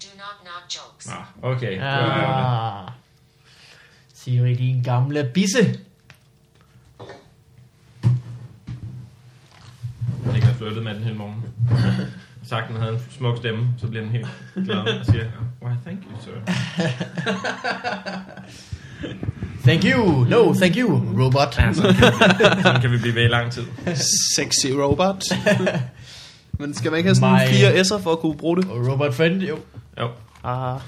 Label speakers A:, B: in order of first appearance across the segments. A: knock knock jokes.
B: Ah, okay. Det var ærgerligt.
C: Ah. Siri, din gamle bisse.
B: Han ikke har flyttet med den hele morgen. Sagt, den havde en smuk stemme, så bliver den helt glad og siger, why thank you, sir.
C: Thank you. No, thank you, robot.
B: Sådan kan vi blive ved i lang tid.
D: Sexy robot. Men skal man ikke have sådan
C: My-
D: fire S'er for at kunne bruge det?
C: Og robot friend, jo.
B: Jo,
D: Ah.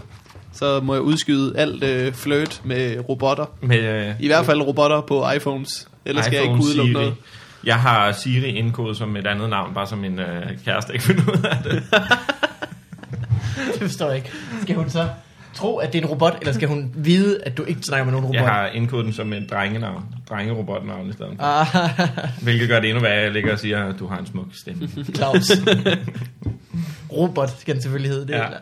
D: Så må jeg udskyde alt øh, flirt med robotter.
B: med, øh,
D: I hvert fald robotter på iPhones. Ellers skal jeg ikke
B: iPhone
D: kunne udelukke
B: Siri.
D: noget.
B: Jeg har Siri indkodet som et andet navn, bare som min øh, kæreste ikke finder ud af det.
C: Det forstår jeg ikke. Skal hun så tro, at det er en robot, eller skal hun vide, at du ikke snakker med nogen robot?
B: Jeg har indkodet den som et drengenavn, drengerobotnavn i stedet. for.
C: Ah,
B: Hvilket gør det endnu værre, at jeg ligger og siger, at du har en smuk stemme.
C: Claus. robot skal den selvfølgelig hedde, det
B: Ja.
C: ja.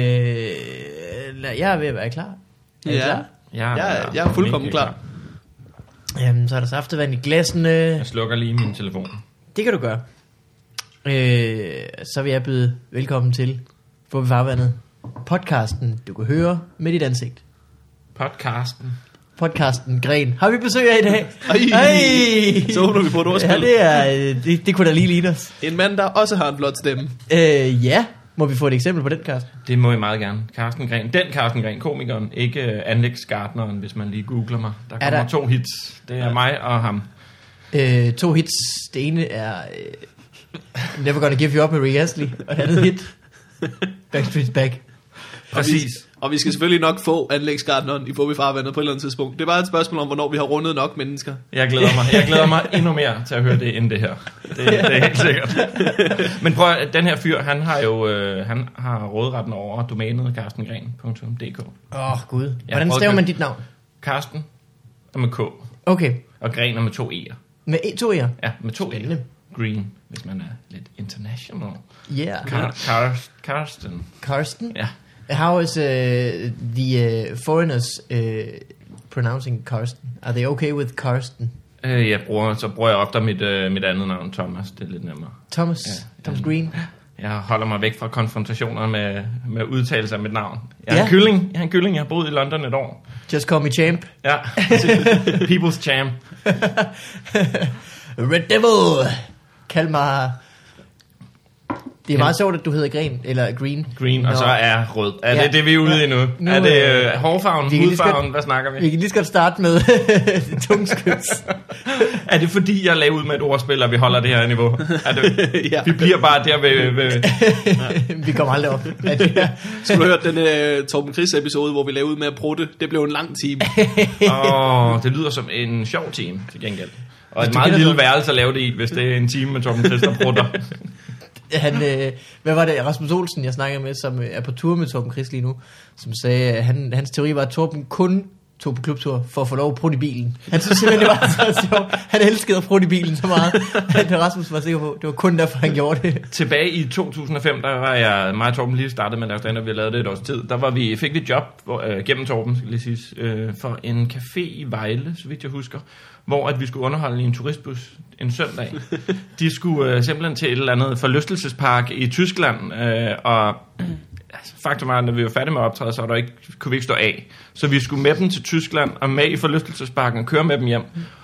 C: Øh, lad- jeg er ved at være klar. Er I
D: Ja.
C: klar?
B: Jeg,
D: Jeg er- jeg er fuldkommen
B: mega
D: klar.
C: Jamen, så er der saftevand i glassene.
B: Jeg slukker lige min telefon.
C: Det kan du gøre. Øh, så vil jeg byde velkommen til Få vi farvandet. Podcasten, du kan høre med dit ansigt.
B: Podcasten.
C: Podcasten Gren. Har vi besøg af i dag?
D: Ej. Så håber vi på et ordspil.
C: Ja, det, er, øh, det, det kunne da lige ligne os.
D: En mand, der også har en flot stemme.
C: Øh, ja, må vi få et eksempel på den, Karsten?
B: Det må I meget gerne. Carsten Gren. Den Carsten Gren, komikeren. Ikke øh, anlægsgartneren, hvis man lige googler mig. Der kommer
C: der-
B: der... to hits. Det er ja. mig og ham.
C: Øh, to hits. Det ene er øh, Never Gonna Give You Up med Rick Astley, og det andet hit, Backstreet's Back.
B: Præcis.
D: Og vi skal selvfølgelig nok få anlægsgardneren i Fobi Farvandet på et eller andet tidspunkt. Det er bare et spørgsmål om, hvornår vi har rundet nok mennesker.
B: Jeg glæder mig. Jeg glæder mig endnu mere til at høre det end det her. Det, det er helt sikkert. Men prøv at, den her fyr, han har jo øh, han har rådretten over domænet carstengren.dk.
C: Åh, oh, gud.
B: Ja,
C: Hvordan
B: prøv
C: staver
B: at-
C: man dit navn?
B: Carsten er med K,
C: Okay,
B: og Gren er med to E'er.
C: med e- to E'er.
B: Ja, med to E'er.
C: Spændende.
B: Green, hvis man er lidt international.
C: Yeah.
B: Car- Car- Carsten.
C: Karsten?
B: Ja.
C: How is uh, the uh, foreigners uh, pronouncing Karsten? Are they okay with Karsten?
B: Øh, jeg bruger, så bruger jeg ofte mit, øh, mit andet navn, Thomas. Det er lidt nemmere.
C: Thomas?
B: Ja.
C: Thomas Green?
B: Jeg holder mig væk fra konfrontationer med, med udtalelser af mit navn. Jeg er
C: Ja.
B: en kylling. Jeg er en kylling. Jeg har boet i London et år.
C: Just call me champ.
B: Ja, People's Champ.
C: Red Devil! Kald mig... Det er
B: Ja.
C: meget sjovt, at du hedder Green. Eller Green.
B: Green, og
C: Nå.
B: så er rød. Er
C: Ja.
B: det det, vi er ude i nu?
C: Nu,
B: Er det
C: øh,
B: øh, hårfarven,
C: vi kan lige
B: hudfarven?
C: skal-
B: Hvad snakker
C: Vi
B: vi?
C: kan lige så godt starte med tungskyds.
B: Er det fordi, jeg lagde ud med et ordspil, og vi holder det her niveau? Er det,
D: Ja.
B: Vi bliver bare der ved... ved
C: vi kommer aldrig op. af det her.
D: Skulle du have hørt den øh, Torben Chris episode, hvor vi lavede ud med at prutte? Det blev en lang time.
B: åh, det lyder som en sjov time, til gengæld. Og et
C: du
B: meget
C: kender
B: lille
C: det-
B: værelse at lave det i, hvis det er en time med Torben Christ, der brutter.
C: han, øh, hvad var det, Rasmus Olsen, jeg snakkede med, som øh, er på tur med Torben Chris lige nu, som sagde, at han, hans teori var, at Torben kun tog på klubtur for at få lov at prutte i bilen. Han synes simpelthen, det var så sjovt. Han elskede at prutte i bilen så meget, at Rasmus var sikker på, det var kun derfor, han gjorde det.
B: Tilbage i 2005, der var jeg, mig og Torben lige startede med at lave stand vi lavede det et års tid. Der var vi, fik vi et job hvor, øh, gennem Torben, skal lige siges, øh, for en café i Vejle, så vidt jeg husker, hvor at vi skulle underholde i en turistbus en søndag. De skulle øh, simpelthen til et eller andet forlystelsespark i Tyskland, øh, og altså, faktum var, at når vi var færdige med at optræde, så var der ikke, kunne vi ikke stå af. Så vi skulle med dem til Tyskland og med i forlystelsesparken og køre med dem hjem.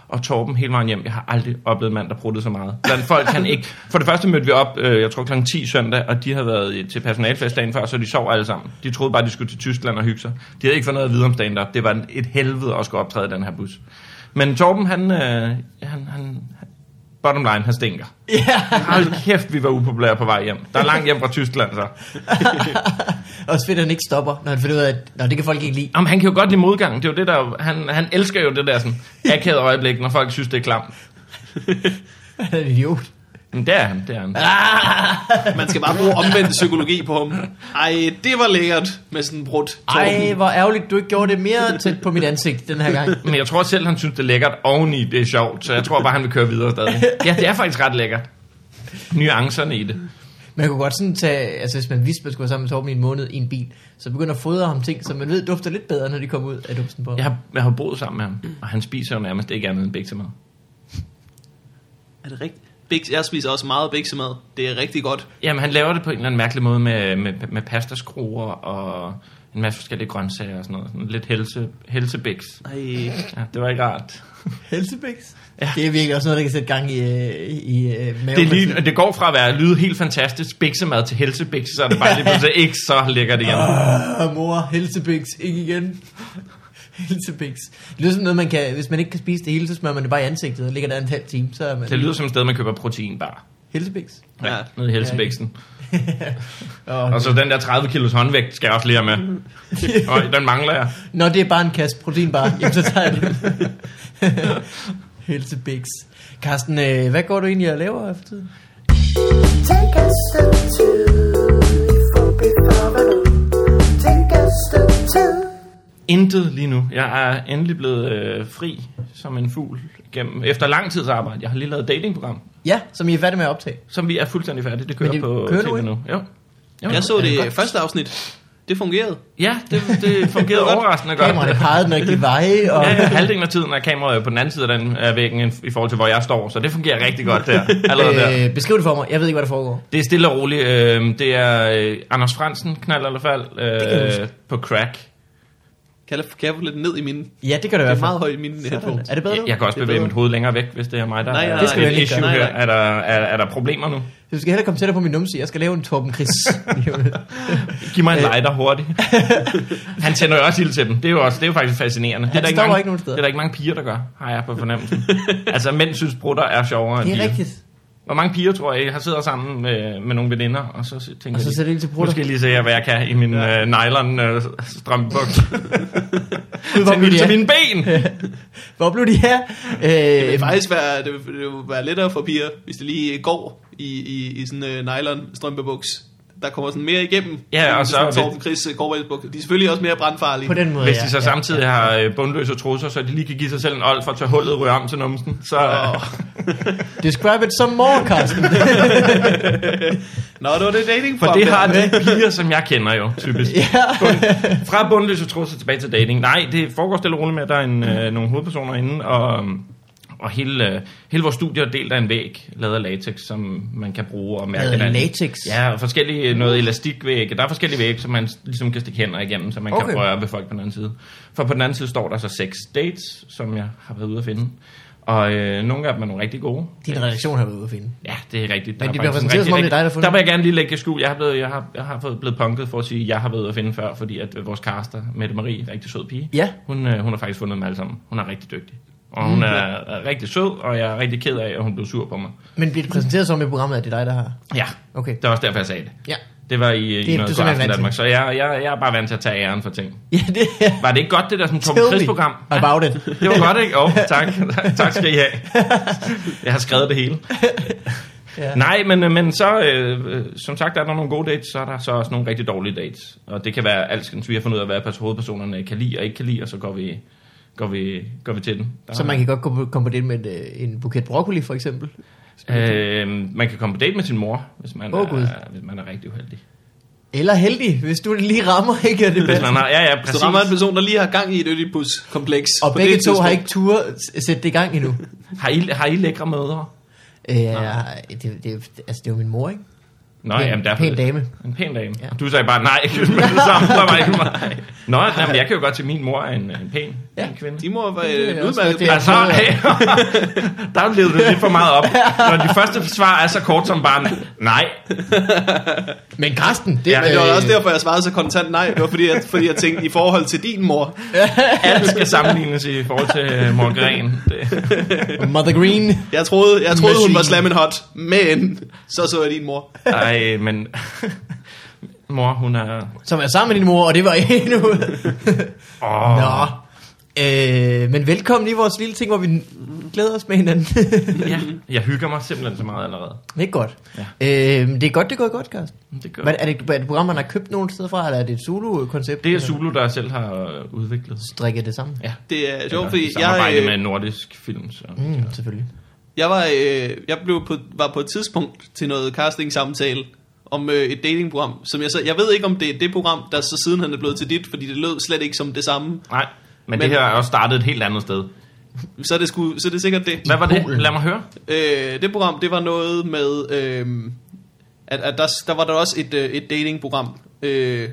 B: Og Torben hele vejen hjem. Jeg har aldrig oplevet en mand, der bruttede så meget. Blandt folk han ikke. For det første mødte vi op, øh, jeg tror kl. 10 søndag, og de havde været i- til personalfest dagen før, så de sov alle sammen. De troede bare, de skulle til Tyskland og hygge sig. De havde ikke fået noget at vide om stand-up. Det var et helvede at skulle optræde i den her bus. Men Torben, han, øh, han, han, han bottom line, han stinker.
C: Ja,
B: Hold kæft, vi var upopulære på vej hjem. Der er langt hjem fra Tyskland, så.
C: og så fedt, at han ikke stopper, når han finder ud af, at Nå, det kan folk ikke lide.
B: Jamen, han kan jo godt lide modgang. Det er jo det der, han, han elsker jo det der sådan, akavede øjeblik, når folk synes, det er klamt.
C: Han er en idiot.
B: Men det er han, det er han.
D: Man skal bare bruge omvendt psykologi på ham. Ej, det var lækkert med sådan en brut.
C: Ej, hvor ærgerligt, du ikke gjorde det mere tæt på mit ansigt den her gang.
B: Men jeg tror selv, han synes, det er lækkert oveni, det er sjovt. Så jeg tror bare, han vil køre videre stadig. Ja, det er faktisk ret lækkert. Nuancerne i det.
C: Man kunne godt sådan tage, altså hvis man vidste, man skulle være sammen med Torben i en måned i en bil, så begynder at fodre ham ting, som man ved dufter lidt bedre, når de kommer ud af dumsen på ham.
B: Jeg har, jeg har boet sammen med ham, og han spiser jo nærmest ikke andet end bæk til mad.
D: Er det rigtigt? Biks, jeg spiser også meget biksemad. Det er rigtig godt.
B: Jamen, han laver det på en eller anden mærkelig måde med, med, med pastaskruer og en masse forskellige grøntsager og sådan noget. Sådan lidt helse, helsebæks.
D: Ej,
B: Ja, det var ikke rart.
C: Helsebæks? Ja. Det er virkelig også noget, der kan sætte gang i, øh, i øh, maven.
B: Det, er lige, det går fra at være lyde helt fantastisk biksemad til helsebæks, så er det bare lige pludselig ikke så lækkert igen.
C: Ah. Åh, mor, helsebæks, ikke igen. helsebæks. Det lyder som noget, man kan, hvis man ikke kan spise det hele, så smører man det bare i ansigtet og ligger der en halv time, så er man...
B: Det lyder som et sted, man køber proteinbar.
C: Helsebæks.
B: Ja,
D: Ja.
B: nede i helsebæksen.
C: Oh,
B: Og så den der 30 kilos håndvægt skal jeg også lige have med. Og den mangler jeg.
C: Når det er bare en kasse proteinbar, jamen, så tager jeg den. Helsebæks. Carsten, øh, hvad går du egentlig og laver for tiden?
A: Take a step two before before Take a step two.
B: Intet lige nu. Jeg er endelig blevet øh, fri som en fugl. Gennem, efter lang tids arbejde. Jeg har lige lavet et datingprogram,
C: Ja, som I er færdige med at optage.
B: som vi er fuldstændig færdige. Det kører
C: Men det
B: på
C: kører
B: TV
C: du ikke?
B: nu. Jo. Jo.
D: jeg så
C: er det
D: det
C: godt?
D: første afsnit. Det fungerede.
B: Ja, det, det fungerede overraskende godt.
C: Kameraerne pegede den rigtige veje, og
B: Ja, ja, halvdelen af tiden er kameraet jo på den anden side af den af væggen, end i forhold til, hvor jeg står. Så det fungerer rigtig godt der. Allerede der.
C: øh, beskriv det for mig. Jeg ved ikke, hvad der foregår.
B: Det er stille og roligt. Øh, det er øh, Anders Fransen, knald eller fald,
C: kan jeg
B: øh, på crack.
D: Kan jeg, kan jeg få lidt ned i mine...
C: Ja, det gør det i hvert
D: Det er
C: fald.
D: meget højt i mine headphones.
C: Er det bedre
B: Jeg,
C: nu?
B: jeg kan også
D: Det er
B: bevæge
D: bedre.
B: mit hoved længere væk, hvis det er mig, der
D: Nej,
B: er,
D: nej, Det
C: skal
B: er
C: vi
B: et
C: ikke
B: issue
D: gøre. Nej,
B: her.
D: nej.
B: Er der, er, er der problemer nu?
C: Du skal hellere komme tættere på min numse. Jeg skal lave en Torben Chris.
B: Giv mig en
C: Øh.
B: lighter hurtigt. Han tænder jo også ild til dem. Det er jo, også, det er jo faktisk fascinerende. Det er,
C: Han
B: der ikke
C: stopper
B: mange,
C: ikke nogen
B: det
C: steder.
B: er der ikke mange piger, der gør, har jeg på fornemmelsen. altså, mænd synes, brutter er sjovere
C: det
B: end
C: er
B: piger.
C: rigtigt.
B: Hvor mange piger, tror jeg, har siddet sammen med, med nogle veninder, og så tænker
C: Og så
B: de,
C: sætter de til
B: nu
C: brutter.
B: skal jeg lige se, hvad jeg kan i min ja. øh, nylon øh, strømbuks.
C: Gud, hvor
B: Tænd ild
C: blev de
B: til
C: af?
B: mine ben!
C: Hvor blev de her?
D: Det
C: Øh,
D: vil faktisk være, det vil, det vil være lettere for piger, hvis de lige går i, i, i sådan en uh, nylon strømpebuks. Der kommer sådan mere igennem.
B: Ja, og
D: end
B: så-
D: sådan Torben Chris øh, gårdvejsbuk. De er selvfølgelig også mere brandfarlige.
C: på den måde,
B: Hvis
C: ja.
B: de så
C: Ja.
B: samtidig har øh, bundløse trusser, så de lige kan give sig selv en old for at tage hullet og ryge om til numsen, så... øh,
D: Og,
C: Describe it some more, Carsten.
D: nå, det var det dating
B: For det har de piger, som jeg kender jo, typisk.
C: ja.
B: Fra bundløse trusser tilbage til dating. Nej, det foregår stille og roligt med, at der er en, øh, nogle hovedpersoner inde, og, øhm, og hele, øh, hele vores studie er delt af en væg, lavet af latex, som man kan bruge og mærke.
C: Lavet af
B: hinanden.
C: latex?
B: Ja, og forskellige, øh, noget elastikvæg. Der er forskellige vægge, som man s- ligesom kan stikke hænder igennem, så man okay.
C: Okay.
B: kan røre ved folk på den anden side. For på den anden side står der så seks dates, som jeg har været ude at finde. Og øh, nogle af dem er nogle rigtig gode,
C: Din redaktion har været ude at finde.
B: Ja, det er rigtigt.
C: Men
B: Der
C: de
B: er
C: bliver
B: faktisk en
C: præsenteret, som om det er dig, der har fundet
B: Der vil
C: dem.
B: jeg gerne lige lægge i skjul. Jeg har, blevet, jeg har, jeg har fået blevet punket for at sige, at jeg har været ude at finde før, fordi at øh, vores caster, Mette Marie, rigtig sød pige,
C: Ja.
B: hun, øh, hun har faktisk fundet dem alle sammen. Hun er rigtig dygtig. Og hun mm, er, er rigtig sød, og jeg er rigtig ked af, at hun blev sur på mig.
C: Men bliver det præsenteret som i programmet, at det er dig, der har?
B: Ja,
C: Okay.
B: det var også derfor, jeg sagde det.
C: Ja.
B: Det var i, det,
C: du
B: i noget
C: simpelthen
B: det, aften
C: vant til.
B: Danmark, så jeg, jeg, jeg er bare vant til at tage æren for ting.
C: Ja, det er...
B: Var det ikke godt, det der sådan Torben
C: Tell me
B: Chris-program?
C: about it.
B: Det var godt, ikke? Åh, oh, tak. tak skal I have. Jeg har skrevet det hele.
C: Ja.
B: Nej, men, øh, men så, øh, øh, som sagt, er der nogle gode dates, så er der så også nogle rigtig dårlige dates. Og det kan være alskens. Vi har fundet ud af, hvad pers- hovedpersonerne kan lide og ikke kan lide, og så går vi, går vi, går vi til den. Der
C: Så man kan godt komme på- komme på det med en, øh, en buket broccoli, for eksempel.
B: øh, man kan komme på date med sin mor, hvis man,
C: Åh, Gud.
B: er, hvis man er rigtig uheldig.
C: Eller heldig, hvis du lige rammer, ikke? Er det
B: Hvis
C: bedste.
B: man har, ja, ja,
D: Så
B: præcis.
D: rammer en person, der lige har gang i et Ødipus-kompleks.
C: Og
D: på
C: begge
D: det
C: to har
D: tidspunkt.
C: ikke tur sætte det i gang endnu.
B: Har I, har I lækre mødre?
C: Øh, jeg- det, det, altså, det er jo min mor, ikke?
B: Nå,
C: Pæn-
B: jamen, derfor,
C: pæn dame.
B: En pæn dame. Ja.
C: Ja.
B: Du sagde bare, nej, ikke med det samme. Der var ikke mig. Nå, nej, men jeg kan jo godt til min mor er en, en pæn
C: Ja.
B: ja. kvinde.
D: De må være
C: Det er
D: øh, en
C: også
D: udmærket
C: det.
D: det.
B: Altså, der levede du lidt for meget op. Når de første svar er så kort som bare, nej.
C: Men Karsten, det,
B: Ja,
D: Men det var
C: Øh.
D: også derfor, jeg svarede så kontant nej. Det var fordi, jeg, fordi jeg tænkte, i forhold til din mor,
B: Alt skal sammenlignes i forhold til Morgan. Det.
C: Mother Green.
D: Jeg troede, jeg troede hun
C: Machine.
D: var slammen hot, men så så jeg din mor.
B: Ej, men... Mor, hun er...
C: som er sammen med din mor, og det var endnu...
B: Åh,
C: Nå. Øh, men velkommen i vores lille ting, hvor vi glæder os med hinanden.
B: ja, jeg hygger mig simpelthen så meget allerede.
C: det er godt. Ja. Øh, det er godt, det går godt, Karsten.
B: Det, gør.
C: Hvad, er, det, er det program, man har købt nogen steder fra, eller er det et solo-koncept?
B: det er Zulu, der selv har øh, udviklet.
C: Strikke det sammen?
B: Ja,
D: Det er sjovt,
B: Eller
D: fordi
B: i
D: jeg,
B: samarbejde
D: øh,
B: med nordisk film. Så.
C: Mm, selvfølgelig.
D: jeg, var, øh, jeg blev på, var på et tidspunkt til noget casting-samtale om øh, et datingprogram, som jeg så, jeg ved ikke om det er det program, der så siden han er blevet til dit, fordi det lød slet ikke som det samme.
B: Nej, men, men
D: Men-
B: det her er også startet et helt andet sted.
D: Så er det, sku, så er det sikkert det.
B: Hvad var det?
C: Polen.
B: Lad mig høre.
D: Øh, det program, det var noget med, øh, at, at der, der var der også et, øh, et datingprogram. Øh,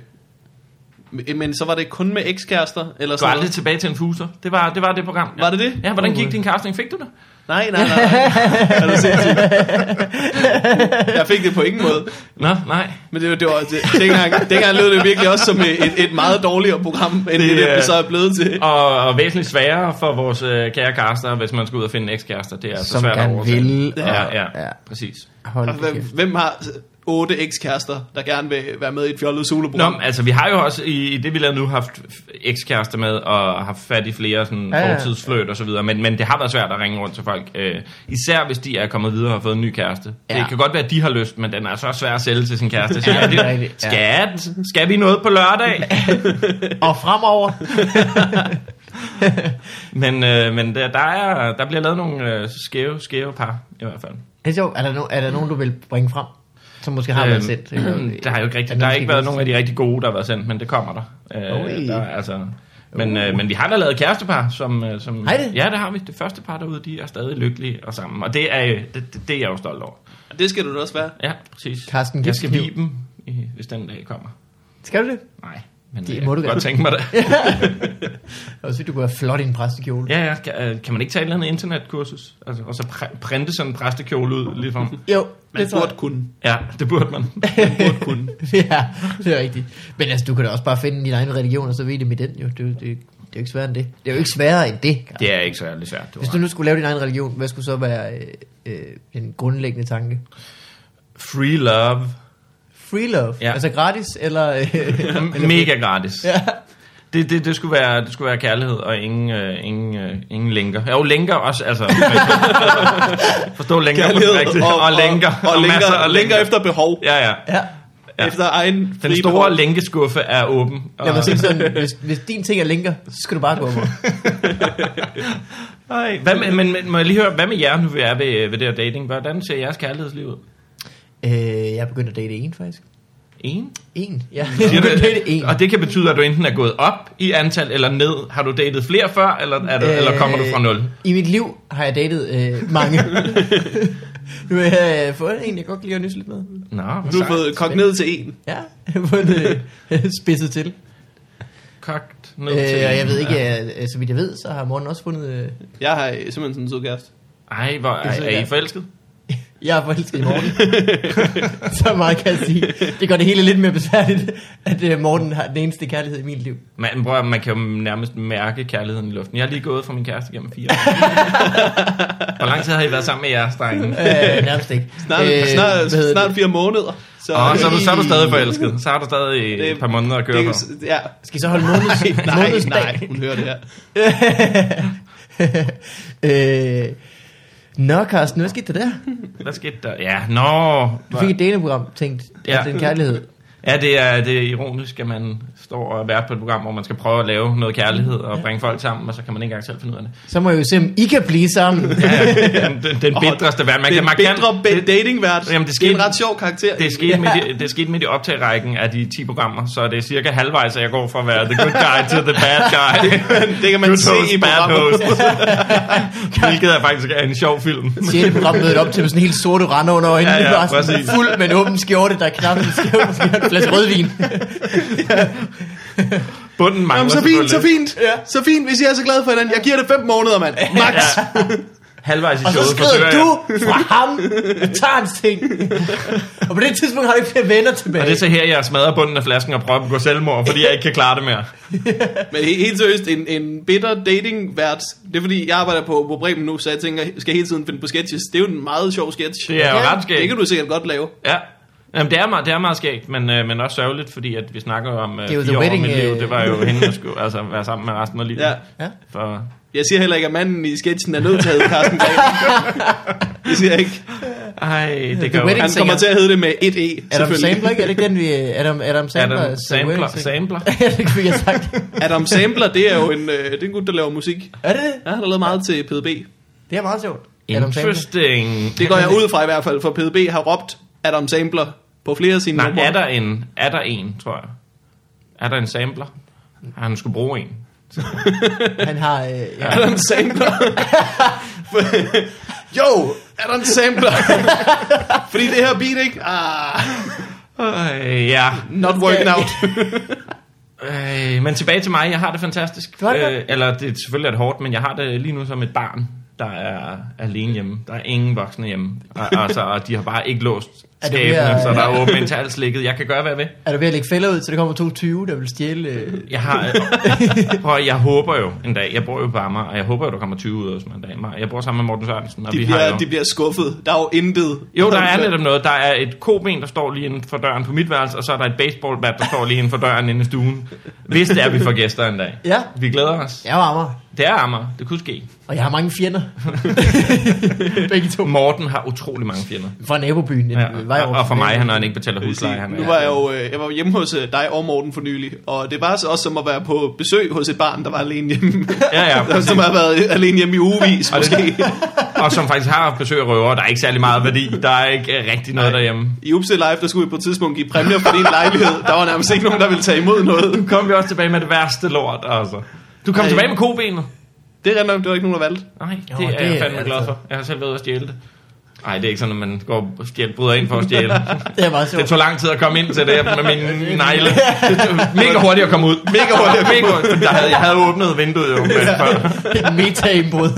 D: men men så var det kun med ekskærester, eller
B: Du er
D: sådan
B: aldrig
D: noget.
B: tilbage til en fuser. Det var det, var det program.
D: Var det det?
B: Ja, hvordan gik din casting? Fik du det?
D: Nej, nej, nej. Er du sindssyg? Jeg fik det på ingen måde.
B: Nå, nej.
D: Men det, var- det var, det, dengang, dengang lød det virkelig også som et, et meget dårligere program, end det, det,
B: øh,
D: det så er blevet til.
B: Og, og væsentligt sværere for vores øh, kære kaster, hvis man skal ud og finde en ekskærester. Det er altså
C: Som
B: svært at
C: gerne
B: oversætte.
C: vil,
B: Ja,
C: og-
B: ja, ja,
C: ja.
B: præcis.
C: Hold
D: Og
C: da
D: Hvem,
C: kæft.
D: hvem har otte ekskærester, der gerne vil være med i et fjollet
B: Nå,
D: soloprogram?
B: men altså vi har jo også i, i det, vi lavede nu, haft f- ekskærester med og haft fat i flere sådan,
C: Ja,
B: ja,
C: ja, ja.
B: fortidsfløjt og så videre. Men, men det har været svært at ringe rundt til folk. Øh, især hvis de er kommet videre og har fået en ny kæreste. Ja.
C: Ja.
B: Det kan godt være, at de har lyst, men den er så svær at sælge til sin kæreste. Så
C: Ja,
B: ja,
C: det er
B: det,
C: rigtigt,
B: skat, skal vi noget på lørdag?
C: Og fremover.
B: men øh, men der, der, er, der bliver lavet nogle øh, skæve, skæve par i hvert fald.
C: Det er sjovt. Er der, no, er der nogen, du vil bringe frem? Som måske har været sendt? eller-
B: Øhm, Der har jo ikke
C: er
B: rigtig, der har
C: nogen,
B: ikke
C: der
B: været
C: kan
B: nogen af de rigtig gode, der har været sendt, men det kommer der. Øh,
C: Oi.
B: der er altså, men, øh, men vi har da lavet kærestepar, som... øh, som
C: Har I det?
B: Ja, det har vi. Det første par derude, de er stadig lykkelige og sammen. Og det er, jo- det, det, det er jeg jo stolt over.
D: Det skal du da også være.
B: Ja, præcis.
C: Carsten
B: jeg skal
C: Gipskniv.
B: vibe dem, i- hvis den dag kommer.
C: Skal du det?
B: Nej, men
C: Det
B: øh,
C: må
B: jeg kunne
C: du gerne.
B: godt tænke mig det.
C: Og så du kunne være flot i en præstekjole.
B: Ja, ja. Kan, øh, kan man ikke tage et eller andet internetkursus? Altså, og så præ- printe sådan en præstekjole ud lige for
C: Jo,
D: Man
C: tror jeg.
D: burde kunne.
B: Ja, det burde man.
D: Man burde kunne.
C: ja, det er rigtigt. Men altså, du kan da også bare finde din egen religion, og så ved det med den jo. Det, er jo- det, det er jo ikke sværere end det. Det er jo ikke sværere end det. Karl.
B: Det er ikke særlig svært. Du
C: Hvis
B: har
C: du nu skulle lave din egen religion, hvad skulle så være øh, øh, en grundlæggende tanke?
B: ret. Free love.
C: Free love?
B: Ja.
C: Ja. Altså gratis, eller... Øh,
B: Mega gratis.
C: ja.
B: Det, det, det, skulle være, det skulle være kærlighed og ingen, øh, ingen, øh, ingen lænker. Jo, lænker også, altså. Forstå lænker.
D: Kærlighed
B: rigtigt. og, lænker.
D: Og, og, lænker,
B: masser
D: og
B: af
D: lænker efter behov. Ja.
B: Ja, ja.
C: ja.
B: Ja.
D: Efter egen
B: Den
D: frie
B: store
D: behov.
B: lænkeskuffe er åben. Og,
C: Lad mig sige sådan, hvis, hvis din ting er linker, så skal du bare gå over.
B: Ej, hvad med, men, men må jeg lige høre, hvad med jer nu, vi er ved, ved det her dating? Hvordan ser jeres kærlighedsliv ud?
C: øh, jeg er begyndt at date en, faktisk.
B: En?
C: En? Ja, jeg er begyndt at date en.
B: og det kan betyde, at du enten er gået op i antal eller ned. Har du datet flere før, eller, er du, øh,
C: Øh,
B: eller kommer du fra nul?
C: I mit liv har jeg datet øh, mange. nu har jeg øh, fået en, jeg godt kan lide at nysse lidt med.
B: Nå, hvor
D: Du har
B: sejt.
D: fået kogt ned til en.
C: Ja, jeg har fået det øh, spidset til.
B: kogt ned
C: Øh,
B: til
C: og
B: en.
C: jeg ved ikke,
B: Ja.
C: ja. øh, så vidt jeg ved, så har Morten også fundet... Øh,
D: Jeg har øh, simpelthen sådan en sød kæreste.
B: Ej, hvor
C: Det
B: er,
C: ved
B: er I
C: jeg.
B: forelsket?
C: jeg er forelsket i Morten. så meget kan jeg sige. Det gør det hele lidt mere besværligt, at øh, Morten har den eneste kærlighed i mit liv.
B: Man, bror, man kan jo nærmest mærke kærligheden i luften. Jeg har lige gået fra min kæreste gennem fire år. Hvor lang tid har I været sammen med jeres drenge?
C: Øh, nærmest ikke.
D: Snart,
C: Øh,
D: øh, snart,
C: hvad hedder
D: snart
C: det?
D: fire måneder. Så,
B: Og så, er du, så er du stadig forelsket. Så har du stadig
D: Det-
B: et par måneder at køre på.
D: det, ja.
C: Skal I så holde måneds,
D: Nej,
C: månedsdag?
D: nej, hun hører det her.
C: øh, Nå, Carsten, hvad skete der der?
B: Hvad skete der? Ja, nå.
C: Du fik et deleprogram, tænkt,
B: Ja.
C: ja. at det er en kærlighed.
B: Ja, det er, det er ironisk, at man står og er vært på et program, hvor man skal prøve at lave noget kærlighed og bringe folk sammen, og så kan man ikke engang selv finde ud af det.
C: Så må jeg jo se, om I kan blive sammen.
B: Ja, den, den, den bedreste verden. Man
D: det
B: kan,
D: er
B: man
D: en
B: kan,
D: bedre be- datingvært.
B: Jamen, det
D: det er en
B: skete-
D: ret sjov karakter.
B: Det er sket, midt i, det er sket midt i optagerækken af de 10 programmer, så det er cirka halvvejs, at jeg går fra at være the good guy til the bad guy.
D: det kan man
B: Good
D: se
B: host,
D: i
B: bad
D: programmet.
B: host. Hvilket er faktisk er en sjov film.
C: Sjette program mødte op til med sådan en helt sorte rande under øjnene.
B: Ja,
C: Ja,
B: ja,
C: ja, bare sådan
B: præcis.
C: fuld med en åben skjorte, der er knap en skjorte, fordi han har et glas rødvin.
B: Bunden mangler
D: Jamen, så fint, så
B: selvfølgelig.
D: fint. Ja. Så fint, hvis I er så glade for hinanden. Jeg giver det fem måneder, mand. Max.
B: Ja. Halvvejs i
C: Og så
B: showet
C: skrider
B: forsøger
C: du
B: jeg-
C: fra ham og tager hans ting. Og på det tidspunkt har du ikke flere venner tilbage.
B: Og det er så her, jeg smadrer bunden af flasken og prøver at gå selvmord, fordi jeg ikke kan klare det mere.
D: Men he- helt seriøst, en, en bitter dating vært. Det er fordi, jeg arbejder på, på Bremen nu, så jeg tænker, skal jeg hele tiden finde på sketches. Det er jo en meget sjov sketch.
B: Det er jo ret skægt.
D: Det kan du sikkert godt lave.
B: Ja. Jamen, det er meget, det er meget skægt, men, øh, men også sørgeligt, fordi at vi snakker jo om øh,
C: er jo
B: fire
C: The
B: år
C: Wedding,
B: af mit liv.
C: øh.
B: Det var jo hende, jeg skulle altså, være sammen med resten af livet.
D: Ja.
C: Ja.
B: For,
D: Jeg siger heller ikke, at manden i sketchen er nødt til at hedde Carsten Greve. det siger jeg ikke.
B: ej, det
C: The
B: gør jo
C: Wedding
D: Han kommer til at hedde det med et E,
C: Adam
D: selvfølgelig.
C: Sandler, ikke? Er det ikke den, vi... Adam, Adam Sandler?
B: Adam Sandler. Sandler.
C: Ja, det kunne jeg have sagt.
D: Adam Sandler, det er jo en, øh, det er en gut, der laver musik.
C: Er det det?
D: Ja, han har lavet meget til PDB.
C: Det er meget sjovt. Adam Sandler.
B: Interesting.
D: Det går jeg ud fra i hvert fald, for PDB har råbt Adam Sandler på flere af sine
B: Nej,
D: numre.
B: er der en? Er der en, tror jeg? Er der en sampler? Har Han skulle bruge en.
C: Han har... Øh, ja.
D: Er der en sampler? jo, er der en sampler? Fordi det her beat, ikke? Ah,
B: Øh, ja.
D: not working out.
B: Øh, men tilbage til mig. Jeg har det fantastisk. Øh,
C: Du har det godt.
B: eller det er selvfølgelig lidt hårdt, men jeg har det lige nu som et barn, der er alene hjemme. Der er ingen voksne hjemme. Og, altså, og de har bare ikke låst
C: Er det
B: skabene,
C: mere-
B: så der er åbent ind til alt slikket. Jeg kan gøre, hvad jeg vil.
C: Er du ved at lægge fælder ud, så der kommer 220, der vil stjæle... Øh,
B: Jeg, har, øh, prøv, at- jeg håber jo en dag, jeg bor jo på Amager, og jeg håber jo, der kommer 20 ud af os en dag. Jeg bor sammen med Morten Sørensen, og
D: De
B: vi har jo...
D: bliver, de bliver skuffet. Der er jo intet.
B: Jo, der er netop noget. Der er et koben, der står lige inden for døren på mit værelse, og så er der et baseballbat, der står lige inden for døren inde i stuen. Hvis det er, vi får gæster en dag.
C: ja,
B: Vi glæder os.
C: jeg varmer.
B: Det er Amager. Det kunne ske.
C: Og jeg har mange fjender. Begge to.
B: Morten har utrolig mange fjender.
C: Fra nabobyen. øh, Ja,
B: Ja, og, og for mig, han, når han ikke betaler husleje. Han
D: Nu var
B: er.
D: jeg jo øh, jeg var jo hjemme hos øh, dig og Morten for nylig, og det var så også som at være på besøg hos et barn, der var alene hjemme.
B: Ja, ja, præcis.
D: som har været alene hjemme i ugevis,
B: Og det-
D: måske.
B: Og som faktisk har haft besøg af røver. Der er ikke særlig meget værdi. Der er ikke øh, rigtig noget
D: Nej.
B: derhjemme.
D: I Upsi Live, der skulle vi på et tidspunkt give præmier for din lejlighed. Der var nærmest ikke nogen, der ville tage imod noget.
B: Kom vi også tilbage med det værste lort, altså. Du kom
D: Ej.
B: tilbage med kobenet.
D: Det er rent nok, det var ikke nogen, der valgte.
B: Nej,
C: Jo,
B: det er
C: det
B: jeg
C: er
B: fandme glad
C: altså-
B: for. Jeg har selv været ude og stjæle det. Nej, det er ikke sådan, at man går og stjæl, bryder ind for at stjæle.
C: Det er meget
B: Det
C: sjovt.
B: tog lang tid at komme ind til det med min negle. Det tog Mega hurtigt at komme ud. Mega hurtigt at komme ud. Der havde, jeg havde åbnet vinduet jo. Men før.
C: Et meta-indbrud.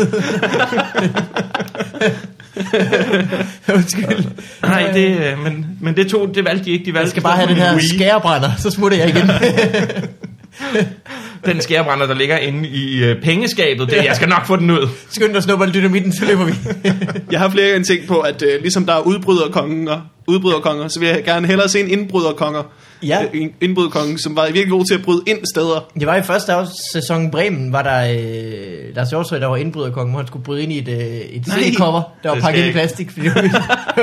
C: Undskyld.
B: Nej, det, øh, men, men det tog, det valgte de ikke. De valgte
C: Jeg skal bare have den her skærebrænder, så smutter jeg igen.
B: den skærebrænder, der ligger inde i øh, pengeskabet. Det, jeg skal nok få den ud.
C: Skynd dig at snuppe al dynamitten, så løber vi.
D: Jeg har flere gange tænkt på, at øh, ligesom der er udbryderkonger, udbryderkonger, så vil jeg gerne hellere se en indbryderkonger.
C: Ja.
D: Øh, En indbryderkonge, som var virkelig god til at bryde ind steder.
C: Det var i første afs- sæson Bremen, var der øh, Lars Hjortsøj, der var indbryderkongen, hvor han skulle bryde ind i et, øh, et
D: Nej,
C: CD-cover, der var
B: det
C: pakket
B: skal
C: ind i
B: jeg
C: plastik, fordi det var, det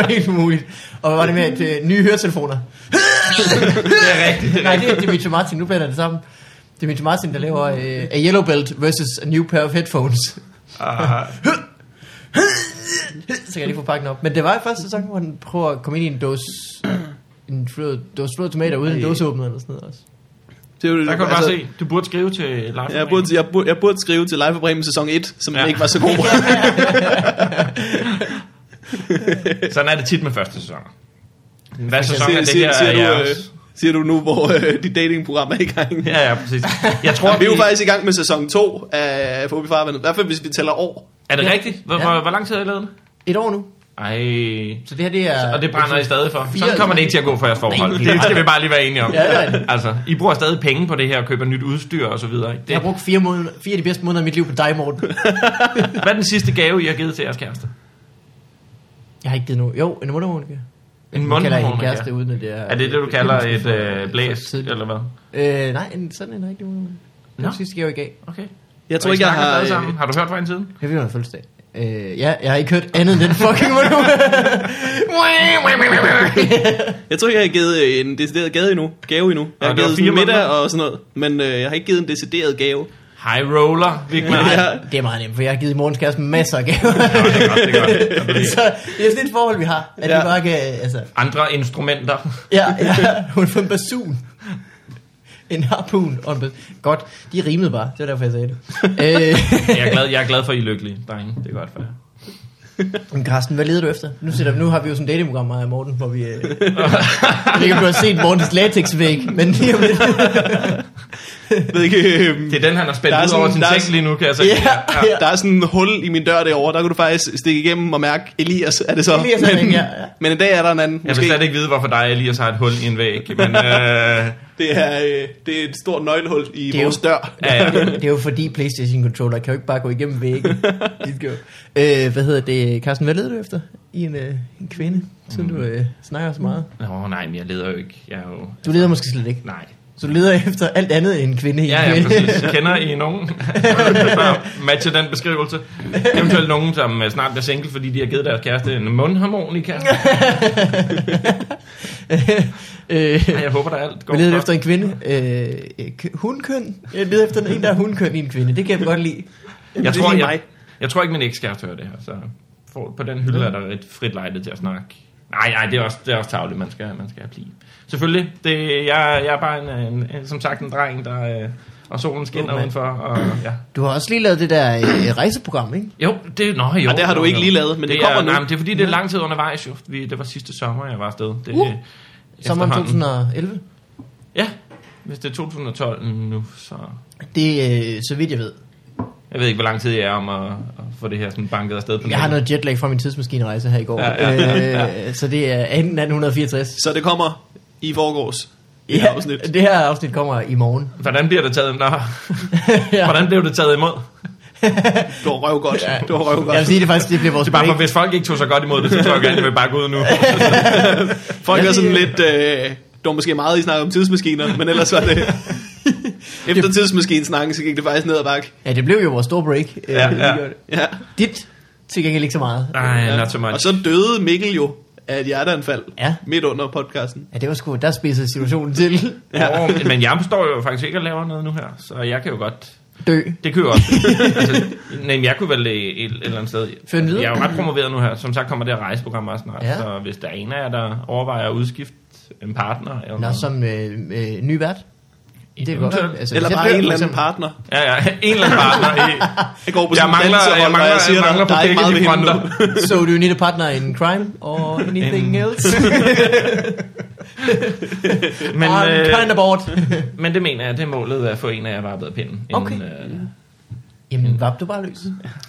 C: var helt umuligt. Og var det med at, øh, nye høretelefoner?
B: Det er rigtigt. Det er
C: Nej,
B: rigtigt.
C: det er Dimitri Martin, nu blander jeg det sammen. Dimitri Martin, der laver øh, A Yellow Belt versus A New Pair of Headphones.
B: Ah,
C: Så kan jeg lige få pakken op. Men det var i første sæson, hvor han prøver at komme ind i en dåse, en fløde, dåse fløde tomater uden en
D: Ej.
C: dåseåbner eller sådan noget også.
D: Det altså, er jo,
B: der kan du bare se. Du burde skrive til Leif.
D: Jeg burde, jeg, burde, jeg burde skrive til Live for Bremen sæson 1, som
B: Ja.
D: ja. ikke var så god.
B: Sådan er det tit med første sæsoner. Hvad sæson er
D: siger,
B: det her? er jeg
D: siger, siger, du, øh,
B: også-
D: siger du nu, hvor øh, dit datingprogram er i gang?
B: Ja, ja, præcis. Jeg tror,
D: Tror, vi er jo
B: vi-
D: faktisk i gang med sæson 2 af Fobi Farvandet. I hvert fald, hvis vi tæller år.
B: Er det
C: Ja.
B: rigtigt? Hvor,
C: Ja.
B: hvor, hvor lang tid har I lavet det?
C: Et år nu,
B: Ej.
C: så det her det er...
B: Og det brænder I stadig for. Sådan
C: Fire-
B: kommer det ikke til at gå for jeres forhold. Det skal vi bare lige være enige om.
C: Ja, det er rigtigt.
B: Altså, I bruger stadig penge på det her, og køber nyt udstyr og så videre. ikke?
C: Jeg har
B: Det,
C: brugt fire, måneder, fire af de bedste måneder af mit liv på dig, Morten.
B: hvad er den sidste gave, I har givet til jeres kæreste?
C: Jeg har ikke givet nogen... Jo, en mundharmonika.
B: En
C: Man kalder ikke en
B: mundharmonika?
C: kæreste, uden at det er...
B: Er det det, du kalder et øh, blæs, eller hvad?
C: Øh, nej, en, sådan en rigtig mundharmonika. Det
B: Nå.
C: var den sidste gave, jeg gav.
B: Okay.
D: Jeg tror
B: Og I
D: ikke, jeg
B: snakker
D: har...
B: stadig
D: Øh,
B: Sammen. Har du hørt fra hende siden?
C: Jeg ved, hvad fødselsdag. Øh, ja, jeg har ikke hørt andet end den fucking mundharmonika.
D: jeg tror ikke, jeg har givet øh, en decideret gave endnu. Gave endnu. Jeg har
B: det var
D: givet
B: fire
D: sådan middag
B: måneder.
D: og sådan noget. Men øh, jeg har ikke givet en decideret gave.
B: High roller, Vigman.
D: Ja.
B: Ja.
C: det er meget nemt, for jeg har givet Mortens kæreste masser af gaver.
B: det er godt, det er godt. Jeg ved ikke.
C: Så det er sådan et forhold, vi har. At ja. vi
D: Ja.
C: bare kan... Altså,
B: Andre instrumenter.
C: ja, ja, hun får en basun. En harpun og en basun. Godt, de rimede bare. Det var derfor, jeg sagde det. øh,
B: Jeg er glad, jeg er glad for, at I er lykkelige, drenge. Det er godt for jer.
C: Men Carsten, hvad leder du efter? Nu, sætter, nu har vi jo sådan et datingprogram, mig og Morten, hvor vi... Øh, jeg ved ikke, om du har set Mortens latexvæg, men lige om lidt...
D: Jeg ved ikke, øh,
B: Det er den, han har spændt
D: Der er
B: ud over
D: sådan-
B: sin
D: der er
B: seng
D: sådan-
B: lige nu, kan jeg se.
C: ja, ja.
D: Der er sådan en hul i min dør derovre, der kan du faktisk stikke igennem og mærke, Elias er det så.
C: Elias er det,
D: men,
C: ja, ja.
D: men en dag er der en anden,
B: Jeg vil
D: måske.
B: slet ikke vide, hvorfor dig, Elias, har et hul i en væg. Men, øh, ja,
D: Det er, øh, det er et stort nøglehul i
C: Det er
D: vores
C: jo-
D: dør.
B: ja.
C: Det er jo fordi Playstation controller kan jo ikke bare gå igennem vægge. øh, hvad hedder det, Carsten, hvad leder du efter i en, øh, en kvinde, siden mm. du øh, snakker så meget?
B: Nå, nej, men jeg leder jo ikke. Jeg er jo...
C: Du leder måske slet ikke.
B: Nej.
C: Så du leder efter alt andet end en kvinde i en
B: Ja, ja,
C: kvinde.
B: præcis. Kender I nogen, der matcher den beskrivelse? Eventuelt nogen, som øh, snart bliver single, fordi de har givet deres kæreste en mundharmonika.
C: øh,
B: Ej, Jeg håber, der alt går
C: jeg leder
B: godt.
C: efter en kvinde. Øh, øh, kø- hundkøn. Jeg leder efter en, der er hundkøn i en kvinde. Det kan jeg godt lide.
B: Jeg
D: Det er
B: tror,
D: lige
B: jeg,
D: mig.
B: jeg tror ikke, min ekskæreste hører det her, så for, på den hylde er der et frit lejde til at snakke. Nej, nej, det er også, det er også tavligt, man skal, man skal blive. Selvfølgelig, det, jeg, jeg er bare en, en, en, som sagt en dreng, der øh, og solen skinner
C: Åh, mand.
B: udenfor. Og, ja.
C: Du har også lige lavet det der øh, rejseprogram, ikke?
B: Jo, det, nå, jo,
D: Ej, det har du ikke lige lavet, men det
B: er,
D: kommer nu.
B: Nej, men det er fordi, det er lang tid undervejs jo. Vi, det var sidste sommer, jeg var afsted. Det,
C: Uh,
B: øh,
C: Sommeren
B: efterhånden.
C: 2011.
B: Ja, hvis det er 2012 nu, så...
C: Det er, øh, så vidt jeg ved.
B: Jeg ved ikke, hvor lang tid jeg er om at, at få det her sådan banket afsted på
C: Jeg har
B: nettet.
C: noget jetlag fra min tidsmaskinerejse her i går.
B: Ja, ja,
C: Øh, så det er enten 1864.
D: Så det kommer i forgårs. I
C: Ja,
D: afsnit.
C: det her afsnit kommer i morgen.
B: Hvordan bliver det taget? Nå,
C: ja.
B: hvordan blev det taget imod?
D: Du har røv godt.
C: Ja.
D: Du har røv
C: Jeg vil
D: godt.
C: sige, det faktisk det bliver vores
B: Det er bare for,
C: break.
B: hvis folk ikke tog sig godt imod det, så tror jeg gerne, jeg vil bare gå ud nu.
D: Folk
C: Jeg
D: er sådan
C: vil-
D: lidt... Øh, det var måske meget, I snakkede om tidsmaskiner, men ellers var det... Efter tidsmaskinen snakken, så gik det faktisk ned ad bakke.
C: Ja, det blev jo vores store break. Øh,
B: Ja,
C: vi
B: ja.
C: gjorde det.
D: Ja.
C: Dit til gengæld ikke så meget.
B: Nej, not so
D: Og
B: much.
D: så døde Mikkel jo af et hjerteanfald
C: Ja. Altså,
D: midt under podcasten.
C: Ja, det var sgu, der spidsede situationen til.
B: Ja. men jeg står jo faktisk ikke og laver noget nu her, så jeg kan jo godt...
C: Dø.
B: Det kunne jeg også. altså, men jeg kunne vel et, et eller andet sted...
C: Find videre.
B: Jeg er jo ret promoveret nu her. Som sagt kommer det her rejseprogram meget snart.
C: Ja.
B: Ja. Så hvis der er en af jer, der overvejer at udskifte en partner... Eller
C: Nå,
B: noget.
C: som øh, øh, ny vært. Det er godt.
B: Eventuelt.
C: Altså,
D: Eller
C: hvis jeg
D: bare
C: dør,
D: en eller
C: for
D: anden
C: eksempel-
D: partner.
B: Ja, ja, en eller anden partner. I,
D: Jeg går på
B: jeg
D: sådan en
B: mangler,
D: dansehold,
B: jeg
D: hvor
B: mangler, jeg,
D: siger dig,
B: mangler på
D: der er ikke
B: begge
D: meget,
B: de
D: vi henter.
B: fronter.
C: So do you need a partner in crime or anything
B: In-
C: else?
B: Men,
C: I'm Ah, kind
B: øh,
C: of bored.
B: men det mener jeg, det er målet at få en af jer varpet af pinden. inden,
C: Okay.
B: øh,
C: Jamen, vap du bare løs.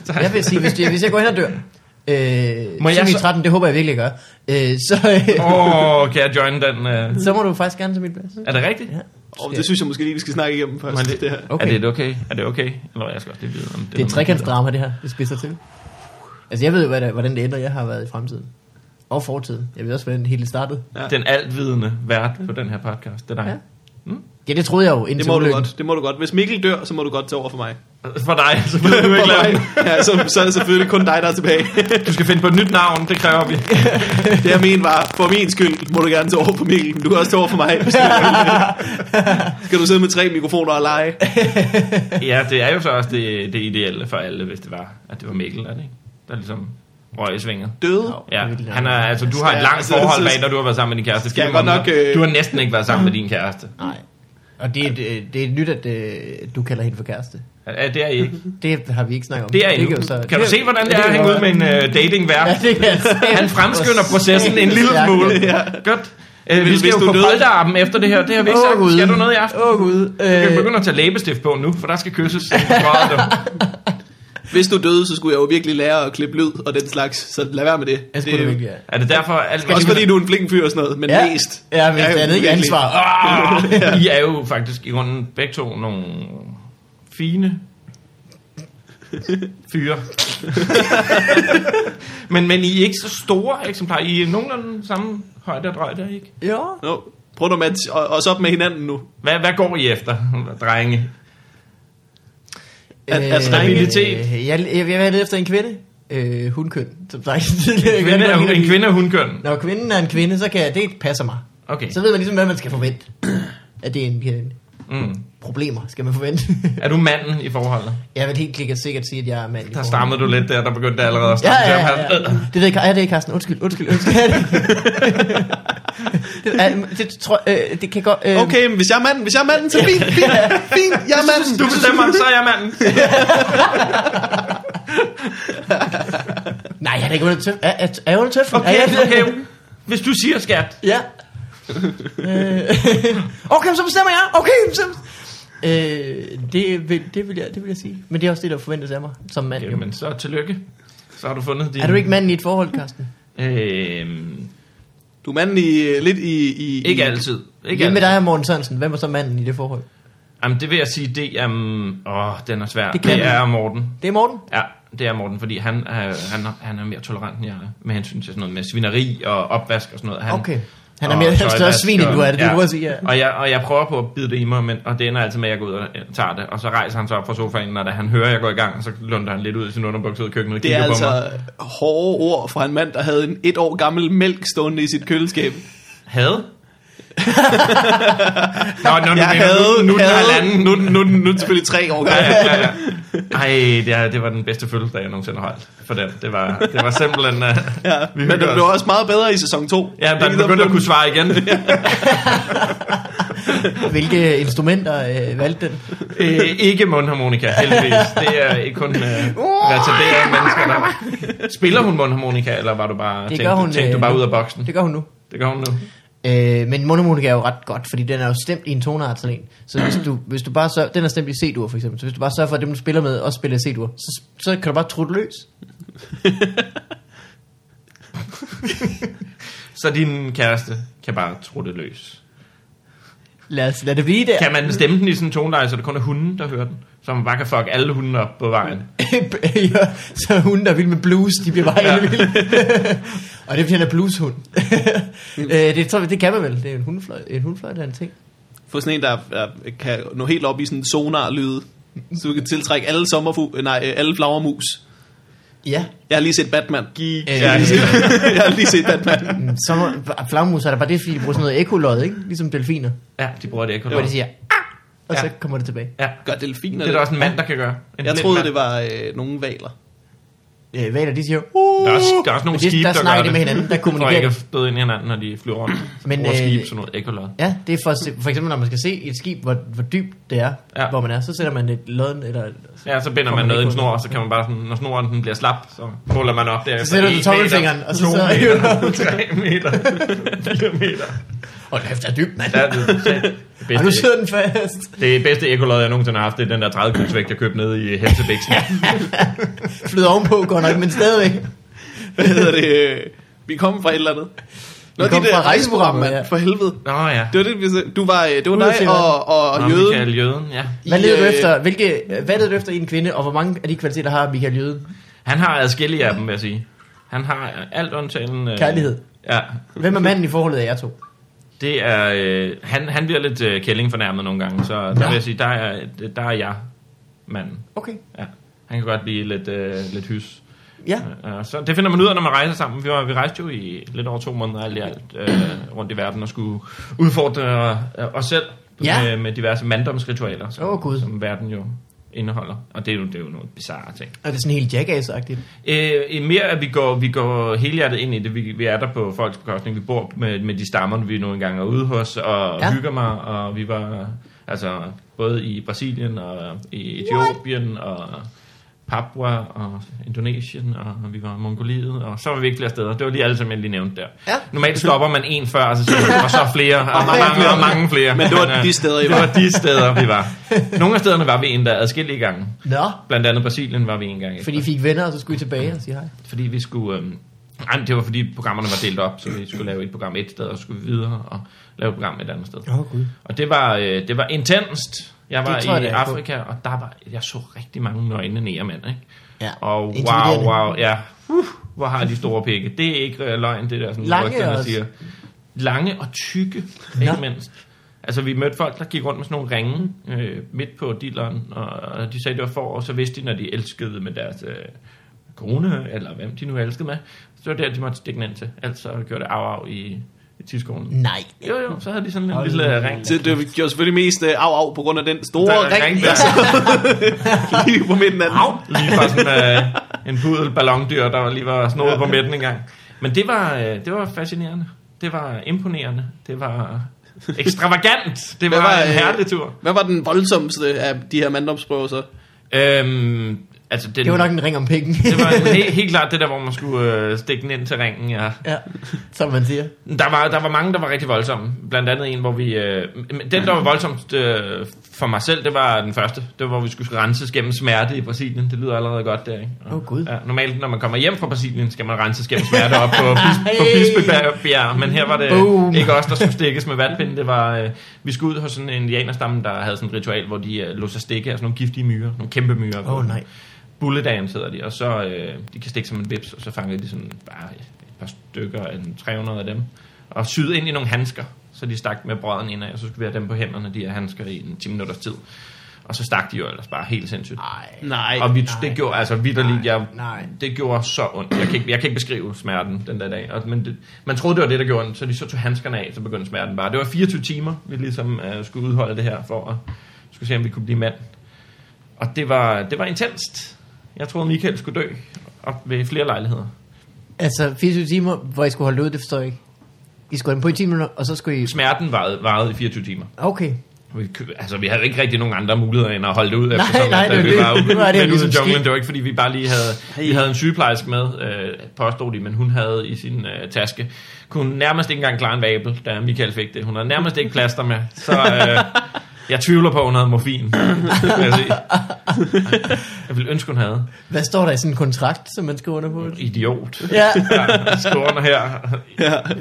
B: Tak.
C: Jeg vil sige, hvis, jeg, hvis jeg går hen og dør, øh,
B: Må
C: må
B: jeg
C: jeg i
B: så-
C: 13, det håber jeg virkelig, jeg gør, øh, så, øh,
B: Åh, oh, kan jeg join den? Øh?
C: så må du faktisk gerne til mit plads.
B: Er det rigtigt?
C: Ja.
D: Og det synes jeg måske lige, vi skal snakke igennem først.
B: Men
D: Det,
B: det-
D: det her.
B: Okay. Er
C: Okay.
B: det et okay? Er det okay? Eller jeg skal også lige vide, om det,
C: Det er
B: noget,
C: et
B: man
C: trekantsdrama, det her. Det spidser til. Altså, jeg ved jo, hvad det, hvordan det ender, jeg har været i fremtiden. Og fortiden. Jeg ved også, hvordan det hele startede.
B: gider. Den altvidende vært på den her podcast, det er dig.
C: Ja, det troede jeg jo indtil
D: det må du
C: ulykken.
D: godt. Det må du godt. Hvis Mikkel dør, så må du godt tage over for mig.
B: For dig, så vil du ikke lave den.
D: ja, så, så er det selvfølgelig kun dig, der er tilbage.
B: Du skal finde på et nyt navn, det kræver vi.
D: Det jeg mener var, for min skyld må du gerne tage over for Mikkel, men du kan også tage over for mig. hvis du vil. Skal du sidde med tre mikrofoner og lege?
B: Ja, det er jo så også det, det ideelle for alle, hvis det var, at det var Mikkel, er det ikke? Der ligesom røg i svinget.
D: Døde?
C: Nå,
B: Ja,
C: det ville jeg-
B: han er, altså, du har
D: Ja,
B: et langt
D: altså,
B: forhold
D: så-
B: bag dig, du har været sammen med din kæreste.
D: Skal
B: fire
D: jeg godt
B: måneder.
D: nok, øh,
B: Du har næsten ikke været sammen med din kæreste.
C: Nej. Og det er, det, det er nyt, at øh, du kalder hende for kæreste.
B: Ja, det er I ikke.
C: Det har vi ikke snakket om.
B: Det er I
C: ikke
B: nu.
C: jo så-
B: Kan du
C: det-
B: se, hvordan det
C: det
B: er at
C: kan
B: hænge
C: godt
B: ud med en uh, datingvært?
C: Ja, det kan jeg se.
B: Han fremskynder processen en lille
C: Ja.
B: smule. Godt. Øh, vi
D: Hvis-
B: skal
D: hvis
B: jo
D: du
B: på
D: døde-
B: polterappen efter det her. Det har vi ikke
C: Åh,
B: sagt.
C: Gud.
B: Skal du noget i aften?
C: Åh, Gud.
B: Du kan
C: Øh,
B: begynde at tage læbestift på nu, for der skal kysses. Godt, du.
D: Hvis du døde, så skulle jeg jo virkelig lære at klippe lyd og den slags, så lad være med det.
C: jeg skulle det virkelig, ja.
B: Er det derfor, alt
D: Også fordi du er en flink fyr og sådan noget, men
C: Ja.
D: mest.
C: Ja, men det andet ikke
D: virkelig.
C: ansvar.
B: Ah, Arh, I er jo faktisk i grunden begge to nogle fine fyre. men, men I er ikke så store eksemplarer. I er nogenlunde samme højde og drøjde, ikke?
C: Jo.
D: Nå, prøv nu at matche o- os op med hinanden nu.
B: Hvad, hvad går I efter, drenge?
D: Er- er
B: stabilitet?
C: Øh, jeg, jeg, jeg er lede efter en kvinde. Øh, hunkøn, som sagt. tidligere.
B: En kvinde,
C: Jeg
B: er,
C: kan godt lide-
B: en kvinde er hundkøn.
C: Når kvinden er en kvinde, så kan jeg, det passer mig.
B: Okay.
C: Så ved man ligesom, hvad man skal forvente. at det er en kvinde.
B: Mm.
C: Problemer skal man forvente.
B: Er du manden i forholdet?
C: jeg vil helt klikkert sikkert sige, at jeg er mand. i
B: Der
C: forhold.
B: stammede du lidt der, der begyndte det allerede at
C: Ja,
B: stamme.
C: ja,
B: til
C: ja.
B: ham. Øh.
C: ja. Det ved jeg, er det ikke, Carsten? Undskyld, undskyld, undskyld. Er det, ikke? det, er, det, tror, øh, det kan godt... Øh,
B: Øhm.
D: Okay, men hvis jeg er manden, hvis jeg er manden, så fint, fint, fint, jeg er manden.
B: Du bestemmer, så er jeg manden.
C: Nej, jeg er da ikke under tøf. Er, er, er jeg under tøf? er
B: Okay,
C: jeg,
B: okay. Hvis du siger skat,
C: Ja. Øh, okay, så bestemmer jeg. Okay, så... Øh, det, vil, det, vil jeg, det vil jeg sige. Men det er også det, der forventes af mig som mand. jo.
B: jamen så tillykke. Så har du fundet din...
C: Er du ikke manden i et forhold, Carsten?
B: Øhm,
D: Du er manden i, øh, lidt i... i i-
B: ikke altid. Ikke
C: Hvad med
B: altid.
C: dig og Morten Sørensen? Hvem er så manden i det forhold?
B: Jamen, det vil jeg sige, det er... Um, åh, den er svær.
C: Det
B: Det,
C: kan
B: det er Morten.
C: Det er Morten.
B: Ja, det er Morten, fordi han er, han, er- han er mere tolerant end jeg er, med hensyn til sådan noget med svineri og opvask og sådan noget. Han,
C: Okay. Han er
B: og
C: mere han er større
B: tøjvask
C: svin, end
B: og-
C: du er. Det
B: ja.
C: ja. du også sige. Ja.
B: Og jeg, og jeg prøver på at bide det i mig, men, og det ender altid med, at jeg går ud og øh, tager det. Og så rejser han sig op fra sofaen, når da han hører, at jeg går i gang, så lunder han lidt ud i sin underbukse ud i køkkenet og
D: Det
B: kigger
D: er
B: på mig.
D: altså hårde ord fra en mand, der havde en et år gammel mælk stående i sit køleskab.
B: Had? Nå, nå, nu,
D: Jeg
B: mener
D: havde-
B: du, nu, nu
D: havde-
B: den halvanden, nu, nu, nu,
D: Nu er det selvfølgelig tre år
B: ja,
D: gammel.
B: ja, ja, ja. Ej, det, er, det var den bedste fødselsdag, jeg nogensinde har holdt for den. Det var, det var simpelthen... Uh,
D: Ja,
B: vi
D: men det
B: hygger
D: blev
B: os.
D: også meget bedre i sæson 2.
B: Ja, da den begyndte at kunne svare igen.
C: Hvilke instrumenter øh, valgte den?
B: Øh, ikke mundharmonika, heldigvis. Det er ikke kun øh, retarderede mennesker, der... Spiller hun mundharmonika, eller var du bare,
C: Det
B: tænkte,
C: gør hun,
B: tænkte du
C: øh,
B: bare
C: nu.
B: ud af boksen?
C: Det gør hun nu.
B: Det gør hun nu.
C: Øh, men monomonika er jo ret godt, fordi den er jo stemt i en tonart sådan en. Så hvis du, hvis du bare sørger, den er stemt i C-dur for eksempel, så hvis du bare sørger for, at dem du spiller med også spiller i C-dur, så, så kan du bare trutte løs.
B: Så din kæreste kan bare tro det løs.
C: Lad, os, lad det blive der.
B: Kan man stemme den i sådan en toneleje, så det kun er hunden, der hører den? Så man bare kan fuck alle hunde op på vejen.
C: ja, så hun der er vild med blues, de bliver bare
B: Ja.
C: ja. vilde. og det er fordi, han er blueshund. øh, det, tror jeg, det kan man vel. Det er en hundfløjt, en hundfløjt er en ting.
D: Få sådan en, der, der kan nå helt op i sådan en sonarlyde, så du kan tiltrække alle, sommerfu- nej, øh, alle flagermus.
C: Ja.
D: Jeg har lige set Batman. Geek.
C: Øh,
D: Jeg har lige set, jeg har lige set Batman.
C: mm, Så må- flagmus er der bare det, fordi de bruger sådan noget ekolod, ikke? Ligesom delfiner,
B: Ja, de bruger det ikke.
C: hvor de siger, ah! og
B: Ja.
C: ja. så kommer det tilbage.
B: Ja.
D: Gør delfiner
B: Det er der også en mand, der kan gøre. En
D: Jeg
B: blind
D: troede,
B: mand.
D: det var øh, nogle valer.
C: Øh, Hvaler, de siger, uh!
B: Der er også, der er også nogle
C: Men det-
B: skibe,
C: der
B: der,
C: snakker
B: gør
C: de
B: det.
C: med hinanden, der kommunikerer
B: For ikke
C: de.
B: at støde ind i hinanden, når de flyver rundt.
C: Men,
B: Men, over
C: øh,
B: skib, sådan noget ekolod.
C: Ja, det er for, at se, for eksempel, når man skal se et skib, hvor, hvor dybt det er,
B: Ja.
C: ja. hvor man er, så sætter man et lodden, eller
B: Ja, så binder man
C: kommer
B: noget i en
C: ikke
B: snor,
C: under.
B: og så kan man bare sådan, når snoren den bliver slap, så ruller man op derefter.
C: Så sætter du
B: En
C: tommelfingeren,
B: meter,
C: og så
B: to
C: sidder-
B: meter, tre meter, fire meter.
C: og kæft, der er dybt, mand.
B: Ja,
C: Ja,
B: det, det,
C: og nu
B: bedste,
C: sidder den fast.
B: det bedste ekolod, jeg nogensinde har haft, det er den der 30 kilos vægt, jeg købte nede i Helsebæksen.
C: Flyder ovenpå, går nok, men stadigvæk.
D: Hvad hedder det? øh, Vi kom fra et eller andet. Nå,
C: kom
D: de der
C: fra
D: rejseprogram, mand.
C: ja.
D: For helvede.
B: Nå ja,
D: Det var det, vi sagde. Du var, øh, det var
C: Ud at se
D: dig og, og
B: Nå,
D: jøden.
B: Michael Jøden, ja.
C: Hvad
D: I,
C: leder du
D: øh,
C: efter? Hvilke, hvad leder du efter i en kvinde, og hvor mange af de kvaliteter har Michael Jøden?
B: Han har adskillige af dem, vil jeg sige. Han har alt undtagen... Øh,
C: Kærlighed.
B: Ja,
C: Hvem er manden i forholdet af jer to?
B: Det er, øh, han, han bliver lidt øh, kælling fornærmet nogle gange, så der
C: Nå.
B: vil jeg sige, der er, der er jeg manden.
C: Okay.
B: Ja. Han kan godt blive lidt, øh, lidt hys.
C: Ja.
B: Ja, så det finder man ud af, når man rejser sammen. Vi, var, vi rejste jo i lidt over to måneder alt i alt øh, rundt i verden og skulle udfordre øh, os selv
C: Ja.
B: med, med diverse manddomsritualer, som,
C: Åh, Gud.
B: som verden jo indeholder. Og det er jo, det er jo nogle bizarre ting.
C: Er det sådan helt jackass-agtigt?
B: Øh, øh, mere at vi går, vi går helhjertet ind i det. Vi, vi er der på folks bekostning. Vi bor med, med de stammer, vi nogle gange er ude hos, og ja.
C: Ja.
B: hygger mig. Og vi var altså, både i Brasilien og i Etiopien og Papua og Indonesien, og vi var i Mongoliet, og så var vi ikke flere steder. Det var lige alle, som jeg lige nævnte der.
C: Ja.
B: Normalt stopper man en før, og så siger man, og så flere, og, og,
D: mange
B: mange, og
D: flere.
B: mange flere.
D: Men det var
B: øh,
D: de steder, I
B: det var de steder, vi var. Nogle af stederne var vi endda adskillige gange.
C: Nå,
B: Blandt andet Brasilien var vi en gang. efter.
C: fordi I fik venner, og så skulle I tilbage og sige hej.
B: Fordi vi skulle... Øhm, ej, men det var fordi programmerne var delt op, så vi skulle lave et program et sted, og så skulle vi videre og lave et program et andet sted.
C: Åh, oh, Gud.
B: Og det var, øh, det var intenst. Jeg var
C: Det tror jeg,
B: i
C: det er på.
B: Afrika, og der var, jeg så rigtig mange nøgne nærmænd, ikke?
C: Ja.
B: Og wow,
C: Intimiderende.
B: wow, ja. Uh, hvor har de store pikke. Det er ikke øh, løgn, det der, sådan
C: Lange
B: rygterne
C: også.
B: siger. Lange og tykke, ikke mindst. Altså, vi mødte folk, der gik rundt med sådan nogle ringe øh, midt på dilleren, og, og de sagde, det var for, og så vidste de, når de elskede med deres øh, kone, eller hvem de nu elskede med, så var det der, de måtte stikke den ind til. Ellers så gjorde det af, af i, i tidskolen.
C: Nej.
B: Jo, jo, så havde de sådan en
C: Mm. Hold
B: lille øh, ring.
D: Så det var- gjorde selvfølgelig mest øh, af af på grund af den store
B: Der er
D: ring,
B: ring
D: der sad lige på midten af den.
B: Au! Lige fra sådan øh, en pudel ballondyr, der lige var snoet på midten engang. Men det var, øh, det var fascinerende. Det var imponerende. Det var ekstravagant. Det var,
D: Hvad var,
B: en
D: øh,
B: herlig tur.
D: Hvad var den voldsomste af de her manddomsprøver så?
B: Øhm, altså, den,
C: Det var nok en ring om penge.
B: det var en, helt, helt klart det der, hvor man skulle øh, stikke den ind til ringen. Ja.
C: ja, som man siger.
B: Der, var, der var mange, der var rigtig voldsomme. Blandt andet en, hvor vi... Øh, men den,
C: Mm.
B: der var voldsomt øh, for mig selv, det var den første. Det var, hvor vi skulle renses gennem smerte i Brasilien. Det lyder allerede godt der, ikke? Og-
C: Åh, Gud.
B: Ja, normalt, når man kommer hjem fra Brasilien, skal man renses gennem smerte op på, bis- på Bispebjerg. Men her var det
C: Boom.
B: ikke os, der skulle stikkes med vandpinden. Det var, øh, vi skulle ud hos sådan en indianerstamme, der havde sådan et ritual, hvor de øh, lå sig stikke af sådan nogle giftige myrer. Nogle kæmpe myrer.
C: Åh, oh, nej.
B: Bulledams hedder de, og så øh, de kan stikke som en vips, og så fanger de sådan bare et par stykker, en 300 af dem, og syede ind i nogle handsker, så de stak med brøden indad, og så skulle vi have dem på hænderne, de her handsker i en 10 minutters tid. Og så stak de jo ellers bare helt sindssygt.
C: Nej.
D: Nej.
B: og vi, det gjorde altså vidderligt, jeg,
C: nej.
B: det gjorde så ondt. Jeg kan, ikke, jeg kan ikke beskrive smerten den der dag. Og, men det, man troede, det var det, der gjorde ondt, så de så tog handskerne af, så begyndte smerten bare. Det var 24 timer, vi ligesom øh, skulle udholde det her, for at skulle se, om vi kunne blive mand. Og det var, det var intenst. Jeg troede, Michael skulle dø op ved flere lejligheder.
C: Altså, 24 timer, hvor I skulle holde ud, det forstår jeg ikke. I skulle have den på i 10 minutter, og så skulle I...
B: Smerten varede, varede i 24 timer.
C: Okay.
B: Vi, kø- altså, vi havde ikke rigtig nogen andre muligheder end at holde det ud efter
C: Nej, nej,
B: efter
C: det er
B: vi
C: det.
B: var ude,
C: Nu er det jo
B: det ligesom
C: ligesom
B: ude af junglen.
C: sket.
B: Det var ikke, fordi vi bare lige havde... Vi havde en sygeplejerske med, øh, påstod de, men hun havde i sin øh, taske... Kunne hun nærmest ikke engang klare en vabel, da Michael fik det. Hun havde nærmest ikke plaster med, så... Øh, jeg tvivler på, at hun havde morfin. vil jeg, sige. jeg ville ønske, hun havde.
C: Hvad står der i sådan en kontrakt, som man skal under på?
B: Idiot.
C: Ja,
B: Ja, stående her.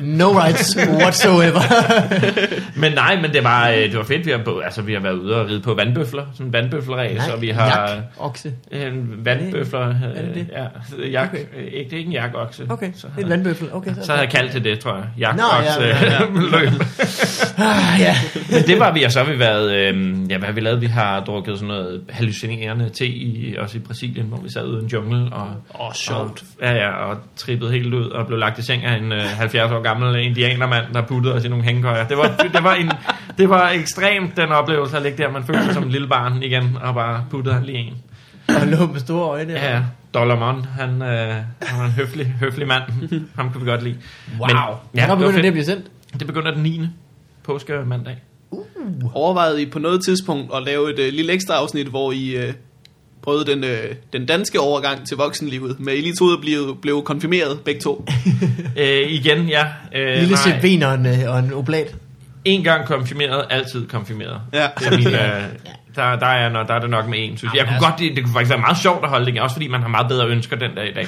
C: no rights whatsoever.
B: Men nej, men det var, øh, det var fedt. Vi har, på- altså, vi har været ude og ride på vandbøfler. Sådan en vandbøfleræs, og vi har...
C: Jak, okse.
B: En Øh, vandbøfler. øh,
C: Er det det?
B: Ja, jak, okay.
C: Okay.
B: ikke, det er ikke en jakokse.
C: Okay,
B: Så
C: det er
B: havde,
C: en vandbøffel. Okay,
B: så havde jeg kaldt det det, tror jeg.
C: Nå, ja,
B: Jakokse
C: ja,
B: ja,
C: ja.
B: løb.
C: Ah, ja.
B: Men det var vi, og så har vi været... Øh, ja, hvad har vi lavet? Vi har drukket sådan noget hallucinerende te, i, også i Brasilien, hvor vi sad ude i en jungle og...
D: Åh, oh, sjovt.
B: Og, ja, ja, og trippede helt ud og blev lagt i seng af en øh, 70 år gammel indianermand, der puttede os i nogle hængekøjer. Det var, det, var en, det var ekstremt, den oplevelse at ligge der. Man følte sig som et lille barn igen, og bare puttede han lige en.
C: Og lå med store øjne.
B: Ja, ja. Dollarmon, han, øh, han var en høflig, høflig mand. Ham kunne vi godt lide. Wow. Men, ja,
C: Hvornår
B: det, var
C: begynder det at
B: fedt.
C: blive sendt?
B: det begynder den 9. påske mandag.
D: Overvejede I på noget tidspunkt at lave et øh, lille ekstra afsnit, hvor I øh, prøvede den, øh, den danske overgang til voksenlivet, med I lige troede at blive, blev konfirmeret begge to?
B: Øh, igen, ja. Øh,
C: Lille
B: nej.
C: CB'en og en, øh, og en oblat.
B: En gang konfirmeret, altid konfirmeret.
D: Ja.
B: Det er min, øh, der, der, er, når, der er det nok med en, synes jeg. jeg
C: altså-
B: kunne godt, det, det kunne faktisk være meget sjovt at holde det, også fordi man har meget bedre ønsker den dag i dag.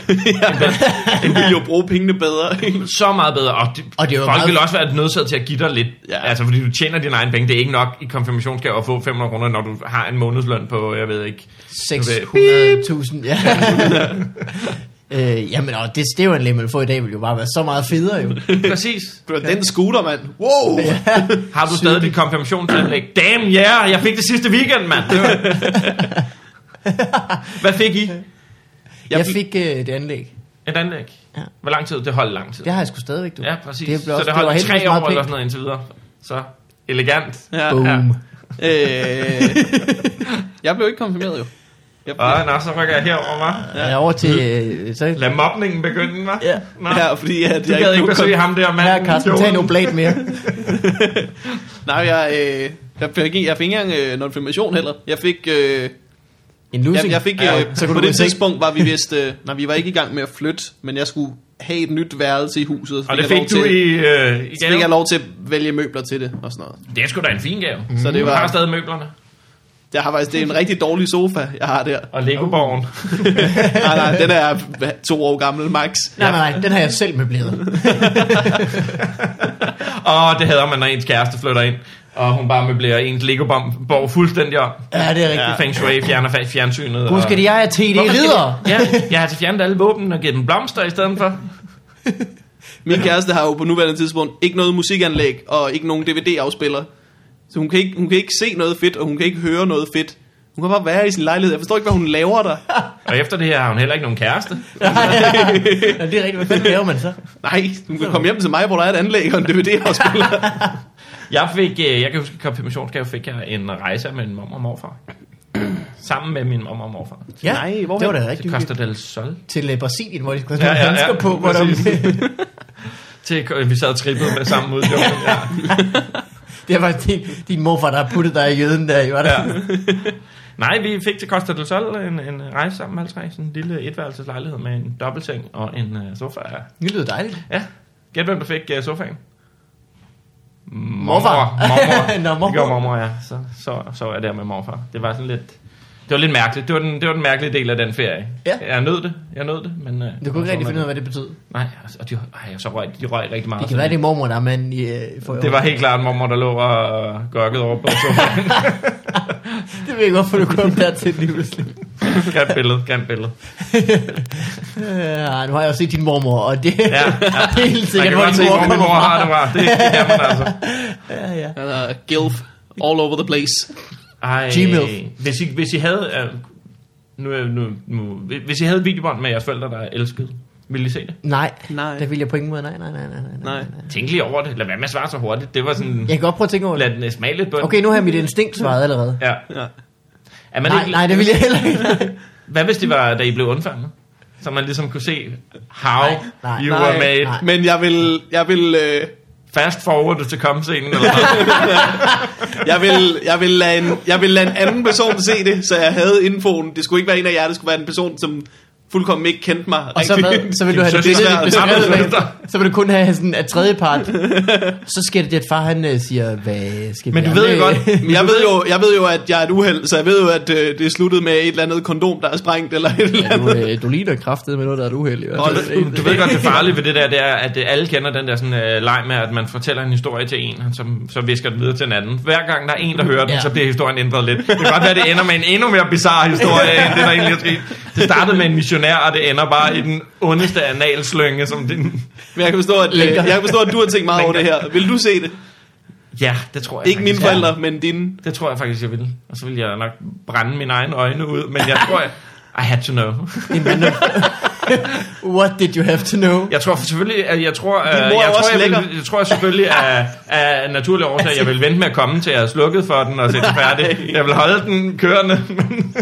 D: Den ville jo bruge pengene bedre.
B: Så meget bedre. Og, det,
C: Og det er jo
B: folk
C: meget-
B: vil også være nødsaget til at give dig lidt. Ja.
D: Ja.
B: Altså, fordi du tjener dine egne penge. Det er ikke nok i konfirmationsgave at få 500 kroner, når du har en månedsløn på, jeg ved ikke,
C: 600.000, ja. øh, jamen, og det Stefan Lemmel får i dag vil jo bare være så meget federe, jo.
B: Præcis.
D: Du er den scooter, mand. Wow!
B: Har du stadig dit konfirmationsanlæg? Damn ja, yeah, jeg fik det sidste weekend, mand. Det var- Hvad fik I?
C: Jeg fik øh, det anlæg.
B: Et anlæg.
C: Ja.
B: Hvor lang tid? Det holdt lang tid.
C: Det har jeg sgu stadigvæk, du.
B: Ja, præcis.
C: Det
B: Det
C: blev
B: så
C: også-
B: det
C: det var
B: holdt
C: heldigvis
B: tre år
C: meget
B: eller
C: pænt.
B: sådan noget indtil videre. Så elegant.
D: Ja.
C: Boom.
B: Ja.
D: Øh, jeg blev ikke konfirmeret jo. Jeg blev,
B: Og nå, så rykker jeg herover, hva'?
C: Ja. Over til... Øh, så,
B: Lad mobningen begynde, hva'?
C: Ja.
B: Nå.
D: ja, fordi at
B: Ah. Du
D: jeg
B: gad ikke
D: blev
B: besøge ham der, mand.
C: her, Carsten, tag en oblat mere.
D: Nej, jeg, øh, jeg, fik, jeg fik ikke engang øh, nogen information heller. Jeg fik, øh,
C: En
D: jeg,
C: losing.
D: jeg fik
C: Ja,
D: øh,
C: så kunne
D: på
C: du
D: det
C: se.
D: tidspunkt var vi vist, øh, nej, vi var ikke i gang med at flytte, men jeg skulle have et nyt værelse i huset.
B: Og det
D: jeg lov
B: fik du
D: til,
B: i, øh, i
D: Så fik jeg
B: gave.
D: lov til at vælge møbler til det og sådan noget.
B: Det er sgu da en fin gave.
D: Så det
B: Du har
D: var,
B: stadig møblerne.
D: jeg har faktisk, det er en rigtig dårlig sofa, jeg har der.
B: Og Lego-borgen.
D: Nej, nej, den er to år gammel, max.
C: Nej, nej, nej, den har jeg selv møbleret.
B: Og det hader man, når ens kæreste flytter ind, og hun bare møblerer ens Lego-borg fuldstændig om.
C: Ja, det er rigtigt.
B: Feng Shui fjerner fa- fjernsynet.
C: Husk, at jeg er TD
B: Hvorfor skal
C: Ridder.
B: de- Ja, jeg har altså fjernet alle våben og givet dem blomster i stedet for.
D: Min kæreste har jo på nuværende tidspunkt ikke noget musikanlæg og ikke nogen DVD-afspiller. Så hun kan, ikke, hun kan ikke se noget fedt, og hun kan ikke høre noget fedt. Hun kan bare være i sin lejlighed. Jeg forstår ikke, hvad hun laver der.
B: Og efter det her har hun heller ikke nogen kæreste.
C: Ja, det er rigtigt. Hvad fanden laver man så?
D: Nej, hun kan komme hjem til mig, hvor der er et anlæg og en DVD-afspiller.
B: Jeg fik, øh, jeg kan huske, at i konfirmationsgave fik jeg en rejse med min mor og morfar. Sammen med min mor og morfar.
C: Ja,
D: Nej, hvorhen?
C: det var da
B: Til
C: rigtig
B: Costa
C: hyggeligt.
B: del Sol.
C: Til øh, Brasilien, hvor de skulle
B: Ja,
C: have
B: ja,
C: ja,
B: ja,
C: handsker på. Hvor der,
B: præcis. Til, øh, vi sad og trippede med sammen ud. i junglen, Ja.
C: det er faktisk din, din morfar, der har puttet dig i jøden der. Var der?
B: Ja. Nej, vi fik til Costa del Sol en, en rejse sammen med alle tre. Sådan en lille etværelseslejlighed med en dobbeltseng og en uh, sofa.
C: Det lyder dejligt.
B: Ja, gæt hvem der fik uh, sofaen.
C: Morfar.
B: Mormor.
C: Nå, mormor.
B: Det gjorde mormor, ja. Så, så, så var jeg der med morfar. Det var sådan lidt... Det var lidt mærkeligt. Det var den, det var den mærkelige del af den ferie.
C: Ja.
B: Jeg nød det. Jeg nød det, men... øh,
C: Du kunne ikke rigtig
B: sådan
C: finde ud af,
B: er
C: hvad det betød.
B: det. Nej, altså, og- og de, ej, og så røg, de røg rigtig meget.
C: Det kan være, det er mormor, der er mand i... Øh, for
B: det var helt klart mormor, der lå og øh, gørkede over på sofaen.
C: Det ved jeg ikke, hvorfor du kom der til lige pludselig.
B: grimt billede, grimt billede.
C: Ja, nu har jeg også set din mormor, og det er
B: Ja, ja.
C: helt
B: Man
C: sikkert,
B: kan
C: hvor
B: godt
C: din
B: se,
C: mor
B: hvor min
C: kommer
B: mor har
C: fra.
B: det var. Det, det kan man altså.
C: Ja, ja.
D: Han er gilf all over the place.
B: Ej,
C: Gmail.
B: Hvis I, hvis I havde... øh, Nu, er- nu, nu, hvis I havde et videobånd med jeres forældre, der elskede, ville I se det?
C: Nej,
D: Nej.
C: der vil jeg på ingen måde. Nej, nej, nej, nej, nej.
D: Nej.
C: nej.
B: Tænk lige over det. Lad være med at svare så hurtigt. Det var sådan...
C: Jeg kan godt prøve at tænke over det.
B: Lad den øh, smage lidt på den.
C: Okay, nu har mit instinkt svaret allerede.
B: Ja.
D: Ja.
B: Er man
C: Nej,
B: ikke,
C: nej, det vil jeg heller ikke.
B: Hvad hvis det var, da I blev undfanget? Så man ligesom kunne se, how
C: Nej, nej,
B: you
D: nej,
B: were made.
C: nej.
D: Men jeg vil, jeg vil øh,
B: fast forward til komscenen eller noget.
D: Jeg vil, jeg, vil lade en, jeg vil lade en anden person se det, så jeg havde infoen. Det skulle ikke være en af jer, det skulle være en person, som fuldkommen ikke kendte mig.
C: Og så, hvad, så vil du have
B: Så
C: det
B: er det
C: billede
B: svært.
C: beskrevet
B: Samme
C: med, så vil du kun have sådan en tredje part. Så sker det, det, at far han øh, siger, hvad skal vi
B: Men du
C: andre-
B: ved jo godt,
D: Men jeg ved, jo, jeg ved jo, at jeg er et uheld, så jeg ved jo, at øh, det er sluttet med et eller andet kondom, der er sprængt, eller et eller
C: Ja,
D: andet.
C: du, øh, du ligner kraftet med noget, der er et uheld. i hvert
D: Nå,
C: fald.
D: det-
B: du ved godt, det farlige ved det der, det er, at øh, alle kender den der sådan, øh, leg med, at man fortæller en historie til en, som så visker den videre til en anden. Hver gang der er en, der hører den,
C: Ja.
B: så bliver historien ændret lidt. Det kan godt være, at det ender med en endnu mere bizarre historie, end det, der egentlig er sket. Det startede med en missionær, og det ender bare i den ondeste analslynge, som den...
D: Men jeg kan forstå, at, øh,
C: Lækker.
D: jeg kan forstå, at du har tænkt meget over det
B: Lækker.
D: her. Vil du se det?
B: Ja, det tror jeg
D: Ikke mine
B: faktisk.
D: forældre, men dine.
B: Det tror jeg faktisk, jeg vil. Og så vil jeg nok brænde mine egne øjne ud, men jeg tror, jeg... I had to know.
C: What did you have to know?
B: Jeg tror selvfølgelig, at jeg tror, øh, jeg,
D: mor er jo
B: tror,
D: også
B: jeg,
D: lækker.
B: vil, jeg tror selvfølgelig, at af naturlige årsager, jeg vil vente med at komme til at have slukket for den og sætte den færdig. Jeg vil holde den kørende. men-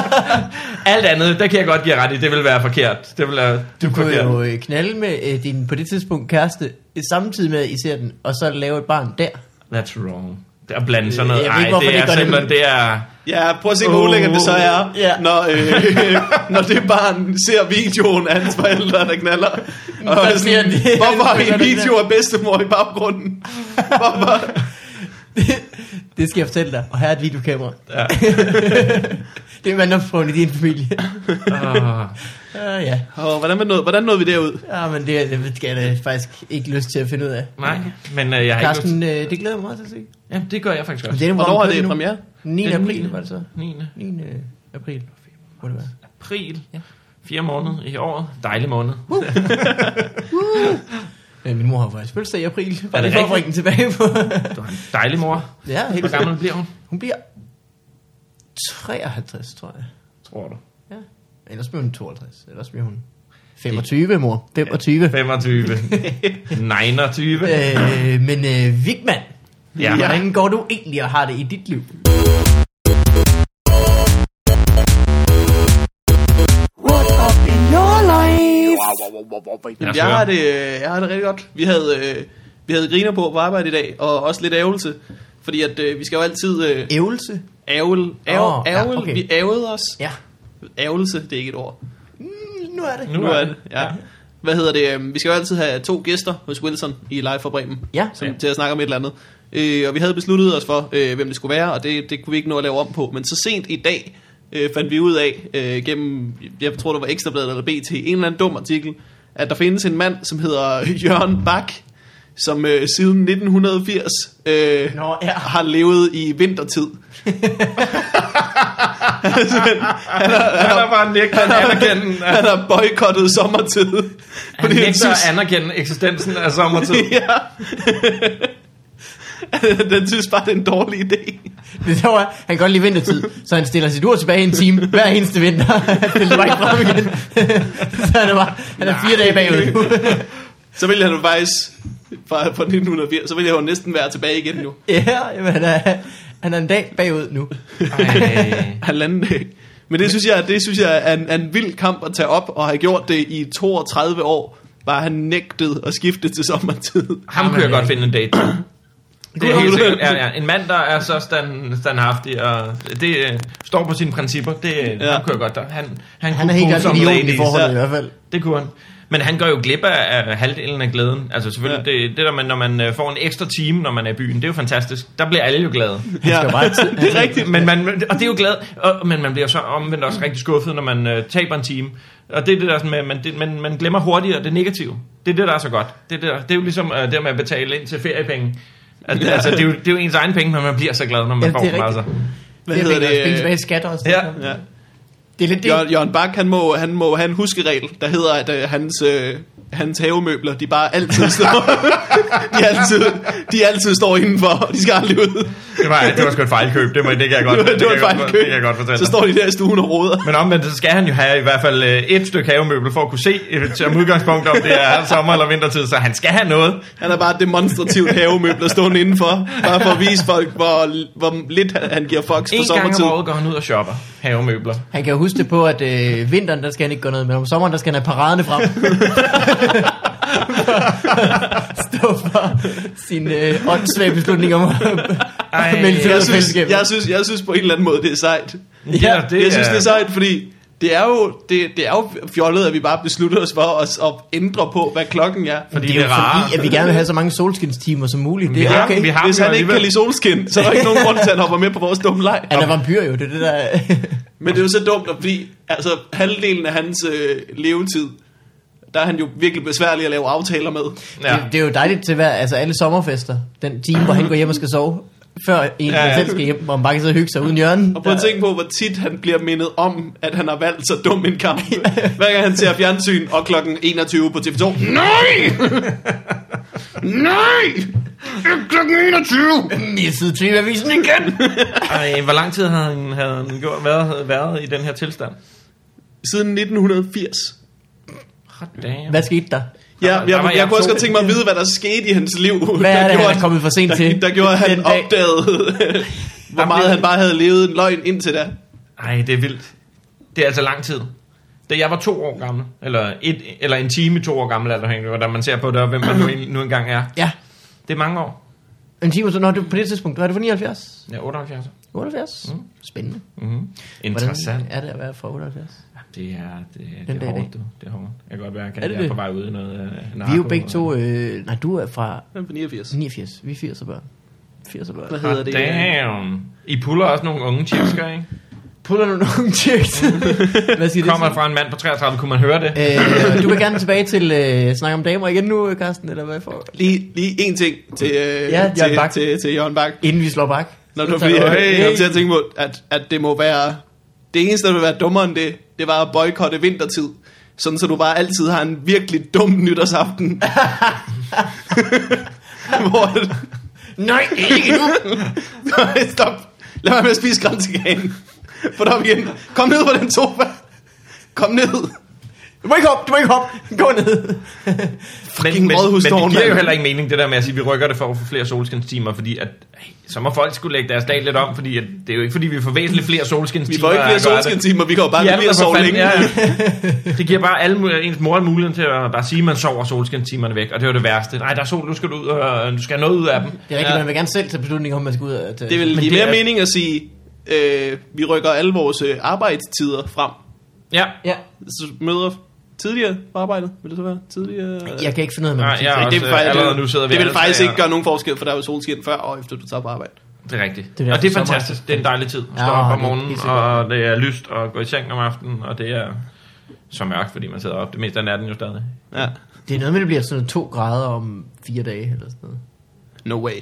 B: Alt andet, der kan jeg godt give jer ret i, det vil være forkert. Det vil være
C: Du
B: du
C: kunne
B: forkert.
C: jo øh, knalde med øh, din på det tidspunkt kæreste, øh, samtidig med, at I ser den, og så lave et barn der.
B: That's wrong. Det er at blande sådan
C: Øh,
B: noget.
C: jeg
B: Ej,
C: ved ikke, hvorfor
B: det
C: det
B: er
C: gør det,
B: simpelthen,
C: men-
B: det er...
D: Ja, prøv at se, hvor
B: Oh.
D: ulækkert det så er,
C: Ja.
D: når, øh, når det barn ser videoen af hans forældre, der knaller. Og
C: Der
D: er
C: siger
D: sådan,
C: de, at
D: hvorfor har vi
C: han
D: en
C: knaller
D: video af bedstemor i baggrunden? Hvorfor?
C: det skal jeg fortælle dig, og her er et videokamera.
B: Ja.
C: Det er manddomsprøven i din familie.
B: Åh.
C: Uh, ja.
D: Og hvordan, vi nåede, hvordan nåede vi derud?
C: ja, men det, det skal jeg da faktisk ikke lyst til at finde ud af.
B: Nej, men øh, jeg har ikke...
C: Carsten, øh, det glæder jeg mig meget til at se.
B: lyst- Jamen, det gør jeg faktisk
C: Men
B: også.
C: det er
D: Hvornår har det premiere?
C: 9.
B: Den
C: april altså.
B: niende.
C: var det så.
B: 9.
C: 9. april. Må det være.
B: april.
C: Ja.
B: Fire måneder i året. Dejlig måned.
C: Øh, Min mor har faktisk fødselsdag i april. Var det
B: det
C: for at
B: rigtigt?
C: bringe den tilbage på?
B: Du har en dejlig mor.
C: ja, helt
B: Hvor gammel bliver hun?
C: Hun bliver 53, tror jeg.
B: Tror du?
C: Ja. Ellers bliver hun 52. Ellers bliver hun 25, mor. 25. Øh,
B: 25. 29.
C: men øh, Vigman, ja.
B: Ja.
C: hvordan går du egentlig og har det i dit liv?
A: What up in your life?
B: Lad os
D: Jeg
B: høre.
D: har, det, øh, jeg har det rigtig godt. Vi havde, øh, vi havde griner på på arbejde i dag, og også lidt ævelse. Fordi at, øh, vi skal jo altid øh,
C: Ævelse?
D: ævel, ævel,
C: Åh, ja,
D: ævel.
C: okay.
D: Vi ævede os.
C: Ja.
D: Ævelse, det er ikke et ord.
C: Mm, nu er det.
D: Nu er det, ja. Hvad hedder det? øhm, Vi skal jo altid have to gæster hos Wilson i Live fra Bremen,
C: Ja.
D: som, til at snakke om et eller andet. Øh, og vi havde besluttet os for, øh, hvem det skulle være, og det, det kunne vi ikke nå at lave om på. Men så sent i dag øh, fandt vi ud af, øh, gennem, jeg tror det var Ekstrabladet eller BT, en eller anden dum artikel, at der findes en mand, som hedder Jørgen Bak, som øh, siden 1980 øh,
C: Nå, ja.
D: har levet i vintertid.
B: Han har bare nægtet at anerkende,
D: Han har boykottet sommertid.
B: han nægter at anerkende eksistensen af sommertid.
D: ja. den synes bare, det er en dårlig idé.
C: Det er sjovt, at han kan godt lide vintertid, så han stiller sit ur tilbage en time hver eneste vinter. Han løber ikke frem igen. så han er, bare, han er fire dage bagud.
D: Så ville han jo faktisk, fra, fra 1980, så ville jeg jo næsten være tilbage igen nu.
C: ja, jamen, han, er, han er en dag bagud nu.
B: Ej.
D: Halvanden dag. Men det synes jeg, det synes jeg er, en, er en vild kamp at tage op, og har gjort det i 32 år, var han nægtet at skifte til sommertid.
B: Ham kunne jeg godt finde en date. til. øh, Det er helt sikkert. Ja, ja. En mand, der er så stand, standhaftig og det, øh, står på sine principper, det øh,
D: Ja.
B: ham kunne jeg godt. Der. Han, han,
C: Han
B: kunne
C: er helt
B: bruge
C: klart
B: some
C: idiot i
B: ladies.
C: forholdet i
D: ja.
C: hvert fald.
B: Det kunne han. Men han går jo glip af, af halvdelen af glæden. Altså selvfølgelig, ja. det, det der, man, når man øh, får en ekstra time, når man er i byen, det er jo fantastisk. Der bliver alle jo glade.
D: Ja,
C: skal bare til-
D: det er rigtigt.
B: Men man, og det er jo glad, og, men man bliver så omvendt også rigtig skuffet, når man øh, taber en time. Og det er det der sådan med, man, det, man, man glemmer hurtigere det negative. Det er det, der er så godt. Det er, det, der, det er jo ligesom øh, det med at betale ind til feriepenge. At, ja. altså, det, er jo, det er jo ens egen penge, men man bliver så glad, når man
C: Ja,
B: ja,
C: det
B: får
C: er
B: dem. Altså.
C: rigtigt.
D: Hvad
C: det
D: hedder
C: er det? Penge
D: det?
C: tilbage i skat også.
B: Ja.
C: Det,
D: Ja.
C: det er lidt det.
D: Jørgen, Jørgen Bak, han må, han må have en huskeregel, der hedder, at øh, hans, øh, hans havemøbler, de bare altid står, de, altid, de altid står indenfor, og de skal aldrig ud.
B: Det, var, det var sgu et fejlkøb, det, må, det kan jeg godt,
D: Det var, det
B: kan
D: var
B: jeg
D: et
B: godt-
D: fejl
B: Det kan jeg godt
D: køb.
B: fortælle
D: Så
B: dig.
D: står de der i stuen og roder.
B: Men omvendt, så skal han jo have i hvert fald øh, et stykke havemøbel for at kunne se øh, som udgangspunkt, om det er sommer eller vintertid, så han skal have noget.
D: Han er bare et demonstrativt havemøbler stående indenfor, bare for at vise folk, hvor, hvor lidt han, han giver fucks på
B: En gang
D: sommertid.
B: om året går han ud og shopper havemøbler.
C: Han kan jo huske det på, at øh, vinteren, der skal han ikke gå ned, men om sommeren, der skal han have paraderne frem. stå for sin øh, åndssvage beslutning om at
B: Ej,
C: melde sig ud
D: jeg,
C: af
D: synes,
C: fællesskabet.
D: jeg, synes, jeg synes på en eller anden måde, det er sejt.
B: Ja, det
D: jeg synes,
B: er-
D: det er sejt, fordi det er, jo, det, det er jo fjollet, at vi bare beslutter os for at, at ændre på, hvad klokken er.
B: Fordi
C: det er jo fordi, at vi gerne vil have så mange solskinstimer som muligt. Det
B: Vi
C: er
B: har-
C: okay.
B: vi har-
D: Hvis
B: dem jo
D: han ikke kan
B: alligevel.
D: lide solskin, så er der ikke nogen grund til, at han hopper med på vores dumme leg.
C: Han er vampyr jo, det er det der...
D: Men det er jo så dumt, at fordi altså, halvdelen af hans øh, levetid, der er han jo virkelig besværlig at lave aftaler med.
B: Ja.
C: det, det er jo dejligt til hver, altså alle sommerfester, den time, hvor han går hjem og skal sove, før en
B: Ja,
C: ja,
B: ja.
C: ja. selv skal hjem, hvor man bare kan sidde og hygge sig uden hjørnen.
D: Og prøv at tænke på, hvor tit han bliver mindet om, at han har valgt så dum en kamp. Hver gang han ser fjernsyn, og klokken 21 på TV2. Nej! Nej! Klokken 21!
C: Missede TV-avisen igen!
B: Ej, hvor lang tid havde han, havde han gjort, været, havde været i den her tilstand?
D: Siden 1980.
B: Hot damn.
C: Hvad skete der?
D: Ja,
B: Der
D: jeg,
B: var
D: jeg, jeg
B: jeg
D: kunne også
B: to.
D: godt tænke mig at vide, hvad der skete i hans liv.
C: Hvad
D: der
C: er det, han
D: gjorde,
C: er kommet for sent
D: der,
C: til?
D: Der gjorde, at han
C: den dag?
D: opdagede, hvor
B: Der
D: meget
B: blev-
D: han bare havde levet en løgn indtil da.
B: Ej, det er vildt. Det er altså lang tid. Da jeg var to år gammel, eller, et, eller en time to år gammel, eller hvordan man ser på det, og hvem man nu, egentlig- nu engang er.
C: Ja,
B: Det er mange år.
C: en time, så når du på det tidspunkt, hvad er du for 79?
B: Ja, 78.
C: 78? Mm. Spændende.
B: Mm-hmm.
C: Hvordan
B: Interessant.
C: er det at være fra 78?
B: Det er, det,
C: Den
B: det
C: dag i
B: er
C: dag.
B: hårdt, du. Det er hårdt. Jeg kan godt være, at jeg,
C: Er det
B: jeg er
C: det?
B: på vej ud i noget øh, narko.
C: Vi er jo begge to, øh, nej, du er fra
D: Han er på 89.
C: 89, vi er 80'er børn. 80'er børn.
D: Hvad hedder
B: Hot
D: det?
B: Ah, damn. I puller også nogle unge chipsker, ikke?
C: Puller du nogen chicks? Hvad siger det?
B: Kommer fra en mand på 33, kunne man høre det?
C: Øh, du vil gerne tilbage til øh, snak om damer igen nu, Karsten, eller hvad for?
D: Lige, lige en ting til, øh,
C: Ja,
D: ja,
C: Jørgen
D: til,
C: Bak.
D: til, til Jørgen Bak.
C: Inden vi slår bak.
D: Når du
C: Så
D: fordi,
C: tager
D: jeg
C: du-
D: hey. kom til at tænke på, at, at det må være... Det eneste, der vil være dummere end det, det var at boykotte vintertid. Sådan, så du bare altid har en virkelig dum nytårsaften. Hvor
C: Nej, ikke nu!
D: Nej, stop. Lad være med at spise kransekagen. Få dig op igen. Kom ned på den sofa. Kom ned.
C: Du må ikke hoppe, du må ikke hoppe. Gå ned.
D: fucking rådhustårn,
B: men det giver jo
D: mand.
B: heller ikke mening, det der med at sige, at vi rykker det for at få flere solskinstimer, fordi at, hey, så må folk skulle lægge deres dag lidt om, fordi at, det er jo ikke, fordi vi får væsentligt flere solskinstimer.
D: Vi får ikke flere
B: at gøre det.
D: solskinstimer, vi kan jo bare
B: Ja,
D: ja, blive
B: men
D: at
B: for
D: sove
B: fanden,
D: længe. Ja.
B: ja. Det giver bare alle, mul- ens mor muligheden til at bare sige, at man sover solskinstimerne væk, og det er jo det værste. Nej, der er sol, nu skal du ud, og øh, du skal have noget ud af dem.
C: Det er rigtigt,
D: Ja.
C: man vil gerne selv tage beslutning om, man skal ud og tage.
D: Det vil
B: Men
D: give
B: det
D: mere
B: er-
D: mening at sige, øh, vi rykker alle vores øh, arbejdstider frem.
B: Ja,
C: Ja.
D: Så møder tidligere på arbejdet, vil det så være? Tidligere...
C: Jeg kan ikke finde noget af
B: Nej,
C: matematik.
B: jeg er også, øh,
D: Nej, det, vil faktisk,
B: allerede nu sidder vi
D: det vil
B: alle
D: faktisk
B: tre
D: ikke
B: og-
D: gøre nogen forskel, for der er jo solskin før og efter, du tager på arbejde.
B: Det er rigtigt.
C: Det
B: Det
C: er
B: er og det er
C: sommer.
B: fantastisk. Det er en dejlig tid. At
C: Ja,
B: stå op om
C: det er
B: morgenen,
C: helt sikkert.
B: og det er lyst at gå i seng om aftenen, og det er så mørkt, fordi man sidder op. Det meste af natten jo stadig.
D: Ja.
C: Det er noget med, at det bliver sådan noget to grader om fire dage, eller sådan noget.
D: No way.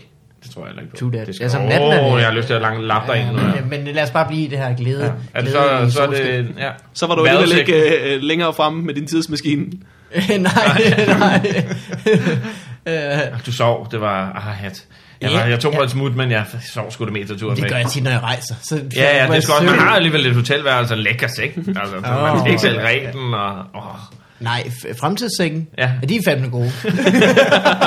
B: Det tror jeg heller ikke.
C: True that.
B: Det
C: Altså, om natten er det-
B: Åh, jeg har lyst til at lange lap dig ind nu.
C: men, men lad os bare blive i det her glæde.
B: Ja.
C: Ja.
B: Er det så, så er det... Ja.
D: Så var du
B: Vejrudsigt.
D: alligevel ikke øh, længere fremme med din tidsmaskine.
C: nej, nej. Øh,
B: Du sov, det var... Ah, hat. Jeg,
C: Ja.
B: var, jeg tog mig
C: Ja.
B: et smut, men jeg sov sgu det meste af turen
C: det
B: væk.
C: gør jeg tit, når jeg rejser. Så
B: Ja, ja, det skal også. Man har
C: Nej,
B: alligevel et hotelværelse og en lækker seng. Altså, så man skal ikke selv række den, og... Åh.
C: nej f- fremtidssækken.
B: Ja.
C: Ja. de er fandme gode.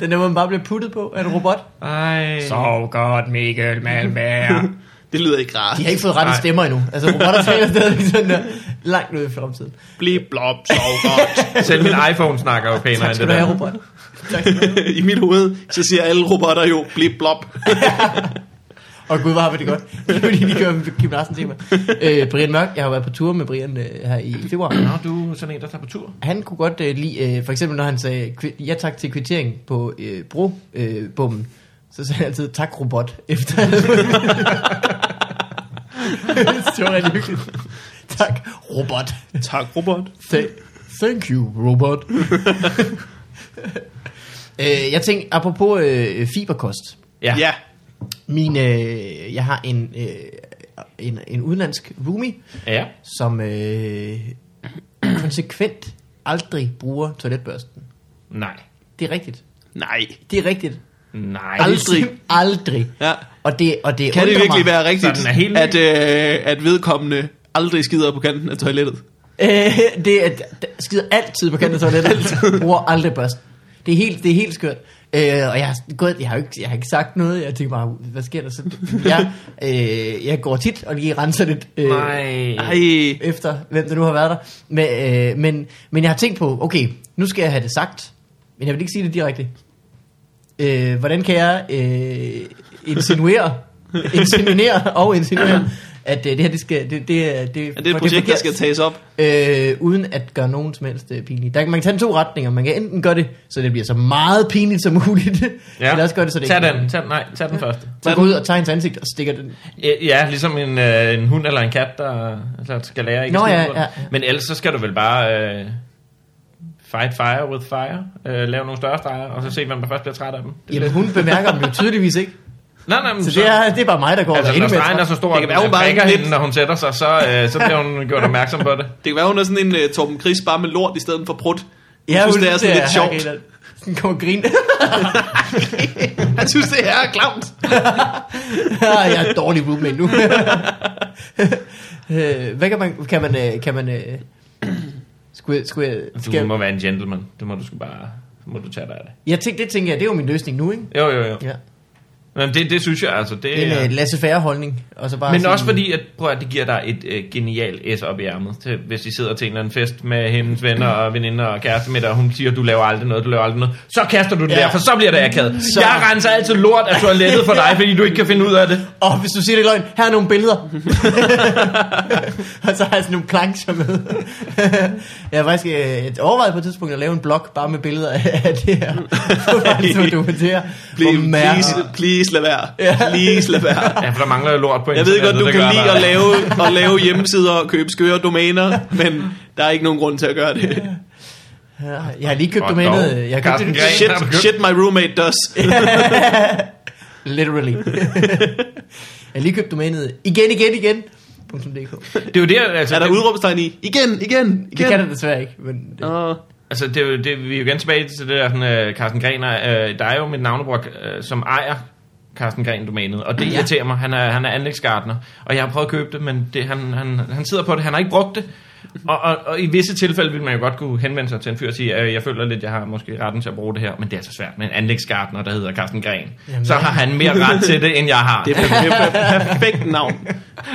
C: den der, hvor man bare bliver puttet på af en robot.
B: Ej.
C: Sov godt, Mikkel Malmberg.
D: Det lyder ikke rart.
C: De har ikke fået rette
B: Nej.
C: stemmer endnu. Altså, robotter taler stadig sådan der langt ud i fremtiden.
D: Bliv blob, sov godt.
B: Selv min iPhone snakker jo pænere
C: Tak
B: end
C: skal
B: det
C: du
B: der.
C: have, robot. Tak skal du have.
D: I mit hoved, så siger alle robotter jo, bliv blob.
C: Og gud, hvor har vi det godt. Det er fordi, de kører Kim Larsen tema. Øh, Brian Mørk, jeg har været på tur med Brian øh, her i februar.
B: Nå, du er sådan en, der tager på tur.
C: Han kunne godt øh, lide, øh, for eksempel når han sagde "Kvi- ja tak til kvittering på øh, brobommen, øh, bommen", så sagde han altid tak robot efter. det var rigtig hyggeligt. Tak robot.
D: Tak, robot.
C: Th- Thank you, robot. øh, jeg tænkte, apropos øh, fiberkost.
D: Ja. ja.
C: Min, øh, jeg har en, øh, en, en udenlandsk roomie,
B: Ja.
C: som øh, konsekvent aldrig bruger toiletbørsten.
B: Nej.
C: Det er rigtigt.
D: Nej.
C: Det er rigtigt.
B: Nej.
C: Og det er
D: Aldrig.
C: sim- Aldrig.
D: Ja.
C: Og det, og det
D: Kan det
C: undrer
D: virkelig
C: mig.
D: være rigtigt,
B: Så den er helt ny?
D: at, øh, at vedkommende aldrig skider på kanten af toilettet?
C: Øh, det er, d- d- skider altid på kanten af toilettet. bruger aldrig børsten. Det er helt, det er helt skørt. Øh, og jeg har, gået, jeg, har jo ikke, jeg har ikke sagt noget. Jeg tænker bare, hvad sker der så? Jeg, øh, jeg går tit og lige renser lidt. Øh,
B: Nej.
D: Ej.
C: efter, hvem der nu har været der. Men, øh, men, men jeg har tænkt på, okay, nu skal jeg have det sagt, men jeg vil ikke sige det direkte. Øh, hvordan kan jeg øh, insinuere, insinuere og insinuere, at øh, det her, det, skal, det, det, er- det,
D: Er det et projekt, der skal tages op?
C: Øh, uden at gøre nogen som helst øh, pinlig. Der, kan- man kan tage to retninger. Man kan enten gøre det, så det bliver så meget pinligt som muligt. Ja. Eller også gøre det, så det
B: tag
C: ikke
B: den, tag, nej, tag den første.
C: Man går ud og tager hans ansigt og stikker den.
B: Ja, Ja, ligesom en, øh, en hund eller en kat, der, der skal lære ikke at
C: Nå,
B: stole
C: ja,
B: på
C: ja, ja.
B: den. Men ellers så skal du vel bare øh, fight fire with fire. Øh, lave nogle større streger, og så se, hvem der først bliver træt af dem. Det er
C: Jamen,
B: det.
C: hun bemærker dem jo tydeligvis ikke.
B: Nej, nej, men
C: Så det er, det er bare mig, der går
B: Altså,
C: og
B: når
C: ender med at
B: stregen er så stor,
D: Det
B: at
D: kan
B: den
D: være, hun bare
B: brækker
D: ikke
B: hende,
D: lidt.
B: når hun sætter sig, så, øh, så bliver hun gjort opmærksom på det.
D: Det kan være, hun er sådan en uh, Torben Chris bare med lort i stedet for prut. Jeg
C: Ja,
D: synes, det er sådan lidt sjovt.
C: Den kommer og griner.
D: Han synes, det er klamt.
C: Ah, jeg er en dårlig roommate nu. Øh, Hvad kan man... Kan man... øh, Kan man øh, skulle, jeg- skulle, jeg- skal,
B: Du
C: jeg-
B: må være en gentleman. Det må du sgu bare må du tage dig af det.
C: jeg tænkte, det tænker jeg, det er jo min løsning nu, ikke?
B: Jo, jo, jo.
C: Ja.
B: Men det, det synes jeg, altså, det
C: En
B: er...
C: øh, Lasse Færre holdning. Og så bare
B: Men
C: sige-
B: også fordi, at, prøv at det giver dig et øh, genialt S op i ærmet, til, hvis I sidder til en eller anden fest med hendes venner og veninder og kæreste med dig, og hun siger, du laver aldrig noget, du laver aldrig noget. Så kaster du det
C: Ja.
B: der, for så bliver det akavet.
C: Så-
B: Jeg renser altid lort af toilettet for dig, fordi du ikke kan finde ud af det.
C: Åh, oh, hvis du siger det er løgn, her er nogle billeder. og så har jeg sådan nogle plancher med. jeg har faktisk øh, overvejet på et tidspunkt at lave en blog bare med billeder af det her. For at dokumentere, hvor
D: Please, please,
C: mærkeligt.
D: please lad være.
C: Ja.
D: Please lad være.
B: Ja, for der mangler jo lort på
D: Jeg ved godt,
B: internettet,
D: du
B: det
D: kan
B: gør
D: lide
B: der.
D: at lave, at lave hjemmesider og købe skøre domæner, men der er ikke nogen grund til at gøre det.
C: Ja, jeg har lige købt
B: Godt
C: domænet.
B: dog.
C: øh, Jeg har købt
B: Carsten
C: det
B: Gren.
D: Shit,
B: har du købt?
D: shit my roommate does.
C: Literally. jeg har lige købt domænet igen, igen, igen. .dk.
B: Det er jo det, altså,
D: Er der
B: det-
D: udråbstegn i? Igen, igen,
C: Det kan
D: igen.
C: det desværre ikke, men det,
D: Åh,
B: Altså, det er jo, det, vi er jo igen tilbage til det der, sådan, øh, Carsten Gren, er, øh, der er jo mit navnebror, øh, som ejer Carsten Gren domænet, og det
C: Ja.
B: irriterer mig. Han er, han er anlægsgardner, og jeg har prøvet at købe det, men det, han, han, han sidder på det, han har ikke brugt det. Og, og, og i visse tilfælde vil man jo godt kunne henvende sig til en fyr og sige, øh, jeg føler lidt, jeg har måske retten til at bruge det her, men det er så svært med en anlægsgardner, der hedder Carsten Gren.
C: Jamen,
B: så har han mere ret til det, end jeg har.
D: det er perfekt, perfekt navn.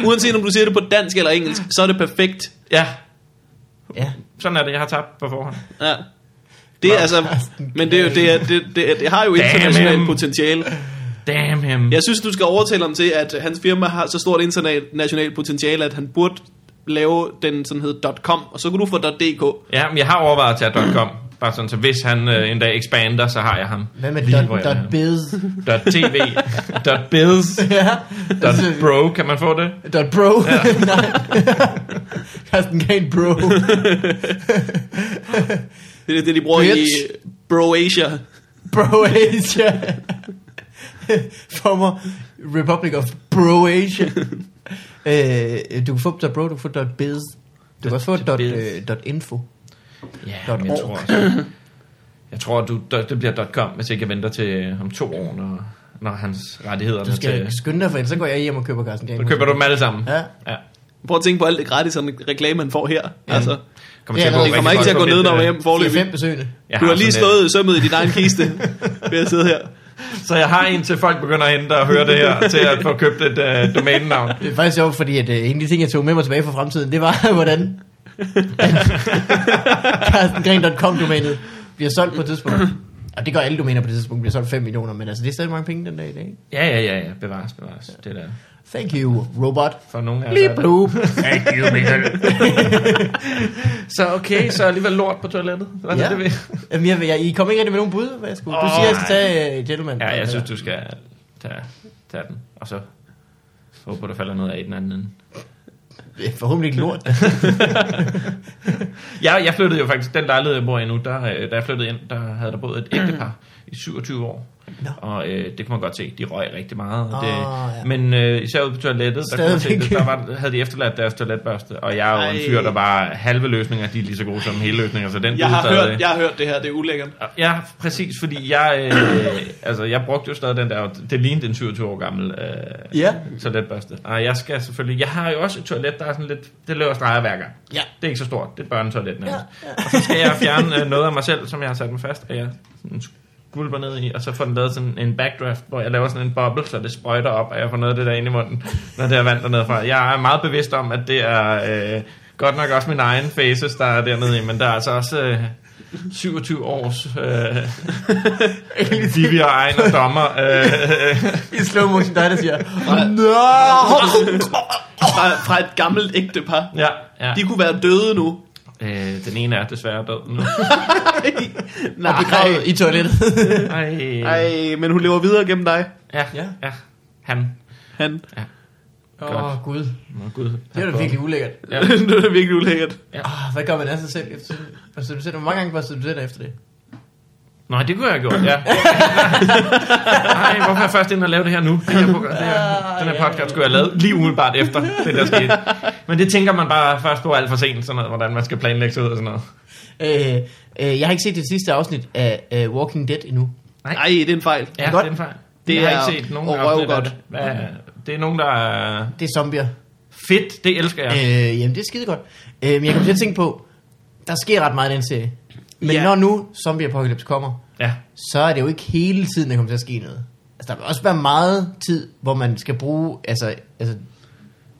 D: Uanset om du siger det på dansk eller engelsk, så er det perfekt.
B: Ja,
C: ja.
B: sådan er det, jeg har tabt på forhånd.
D: Ja. Det er altså, men det, er jo, det, er, det, det, det har jo
B: Damn
D: internationalt
B: him.
D: potentiale.
B: Damn him.
D: Jeg synes, du skal overtale ham til, at hans firma har så stort internationalt potentiale, at han burde lave den sådan hed .com, og så kunne du få .dk.
B: Ja, men jeg har overvejet at tage .com. Bare sådan, så hvis han øh, en dag expander, så har jeg ham.
C: Hvad med
B: Lige
C: dot,
B: hvor jeg er.
C: dot biz?
B: Dot .tv, dot .biz,
C: ja.
B: dot .bro, kan man få det?
C: Dot bro. Nej. Carsten Gren bro.
D: Det er det, de bruger i
C: Bitch.
D: Broasia.
C: Bro Asia. Former Republic of Bro Asia. øh, du kan få dot bro, du kan få dot biz. Du kan også få dot,
B: biz.
C: øh, dot info.
B: Ja,
C: Dot
B: men jeg
C: org.
B: tror også, jeg tror, du, det det bliver .com, hvis ikke jeg venter til øh, om to år, når, når hans rettigheder
C: Du
B: er til...
C: skal skynde dig, for ellers så går jeg hjem og køber Carsten Gren.
B: Så køber du dem alle sammen.
C: Ja.
B: ja.
D: Prøv at tænke på alt det gratis reklame, man får her. Ja. Altså,
B: Kommer
C: Ja,
B: til at gå
C: det
D: det kommer
B: rigtig
D: ikke til at
B: godt på
D: gå
B: mit,
D: ned når
B: øh,
D: hjem
C: Fire,
D: forløbig.
C: fem besøgende.
B: jeg
D: Du har lige
B: sådan et-
D: slået sømmet i din egen kiste, ved at sidde her.
B: Så jeg har en til folk begynder at hente og høre det her, til at få købt et øh, domænenavn.
C: Det er faktisk sjovt, fordi at, øh, en af de ting, jeg tog med mig tilbage fra fremtiden, det var, hvordan carstengren.com-domænet bliver solgt på et tidspunkt. Og det gør alle domæner på det tidspunkt, bliver solgt 5 millioner, men altså, det er stadig mange penge den dag i dag. ikke?
B: Ja, ja, ja, ja. Bevares, bevares. Det der.
C: Thank you, robot. Altså,
B: For nogle af os er
C: Lige
B: det-
C: blue.
B: Thank you, Michael. så okay, så alligevel lort på toilettet. Hvad
C: Ja.
B: er det ved?
C: Jamen, jeg, jeg, I kom ikke rigtig med nogen bud, hvad jeg skulle. Du
B: Åh,
C: siger, jeg skal
B: nej.
C: tage uh, gentleman.
B: Ja, jeg synes, du skal tage, tage den. Og så håber, der falder noget af i den anden ende.
C: Det er Forhåbentlig ikke lort.
B: Jeg,
D: Mm.
B: jeg flyttede jo faktisk, den lejlighed, jeg bor i nu, der, øh, da jeg flyttede ind, der havde der boet et ægtepar i 27 år.
C: Nå.
B: Og øh, det kunne man godt se, de røg rigtig meget. Og
C: Åh,
B: det,
D: Ah,
C: ja.
B: Men øh, især ude på toilettet, der, kunne man se,
C: Stadigvæk.
B: det, der var, havde de efterladt deres toiletbørste. Og jeg er jo en
D: Ej.
B: fyr, der var halve løsninger, de er lige så gode som hele løsninger. Så den
D: Jeg har,
B: døde stadig.
D: hørt, jeg har hørt det her, det er ulækkert.
B: Øh, Ja, præcis, fordi jeg, øh, altså, jeg brugte jo stadig den der, det lignede en 27 år gammel øh,
C: Ja.
B: toiletbørste. Og jeg skal selvfølgelig, jeg har jo også et toilet, der er sådan lidt, det løber streger hver gang.
C: Ja.
B: Det er ikke så stort, det er et børnetoilet nærmest. Ja, Og så skal jeg fjerne øh, noget af mig selv, som jeg har sat mig fast, og jeg sådan gulper ned i, og så får den lavet sådan en backdraft, hvor jeg laver sådan en boble, så det sprøjter op, og jeg får noget af det der ind i munden, når det er vand dernede fra. Jeg er meget bevidst om, at det er øh, godt nok også min egen faces, der er dernede i, men der er altså også... Øh, 27 års øh, Vivi og egen og dommer. Øh,
C: I slow motion, dig der siger,
D: Fra, fra et gammelt ægtepar.
B: ja, ja.
D: De kunne være døde nu.
B: Øh, den ene er desværre død nu.
C: og begravet i toilettet.
B: Ej.
D: Ej, men hun lever videre gennem dig.
B: Ja,
C: Ja.
B: ja. ja. Han.
D: Han.
C: Åh, oh, Gud.
B: Nå, Gud.
C: Det var da virkelig ulækkert.
B: Ja.
D: det er virkelig ulækkert.
C: Oh, hvad gør man af sig selv efter altså, du sætter, Hvor mange gange var du sætter efter det?
B: Nej, det kunne jeg have gjort, ja. Nej, hvorfor er jeg først inde og lave det her nu? Det her, program- det her, den her podcast skulle jeg have lavet lige umiddelbart efter det, der skete. Men det tænker man bare først på alt for sent, sådan noget, hvordan man skal planlægge sig ud og sådan noget.
C: Øh, øh, jeg har ikke set det sidste afsnit af øh, Walking Dead endnu.
D: Nej, det er en fejl.
B: Ja,
C: Godt.
B: det er en fejl.
D: Det
B: Det jeg har
D: er
B: ikke set nogen
D: og
B: afsnit af
D: røvgodt.
B: det. Hvad, det er nogen, der er
C: Det er zombier.
B: fedt. Det elsker jeg.
C: Øh, jamen, det er skide godt. Øh, men jeg kom til at tænke på, der sker ret meget i den serie. Men
D: Ja.
C: yeah. når nu zombie apocalypse kommer,
B: Ja.
C: så er det jo ikke hele tiden, der kommer til at ske noget. Altså, der vil også være meget tid, hvor man skal bruge, altså, altså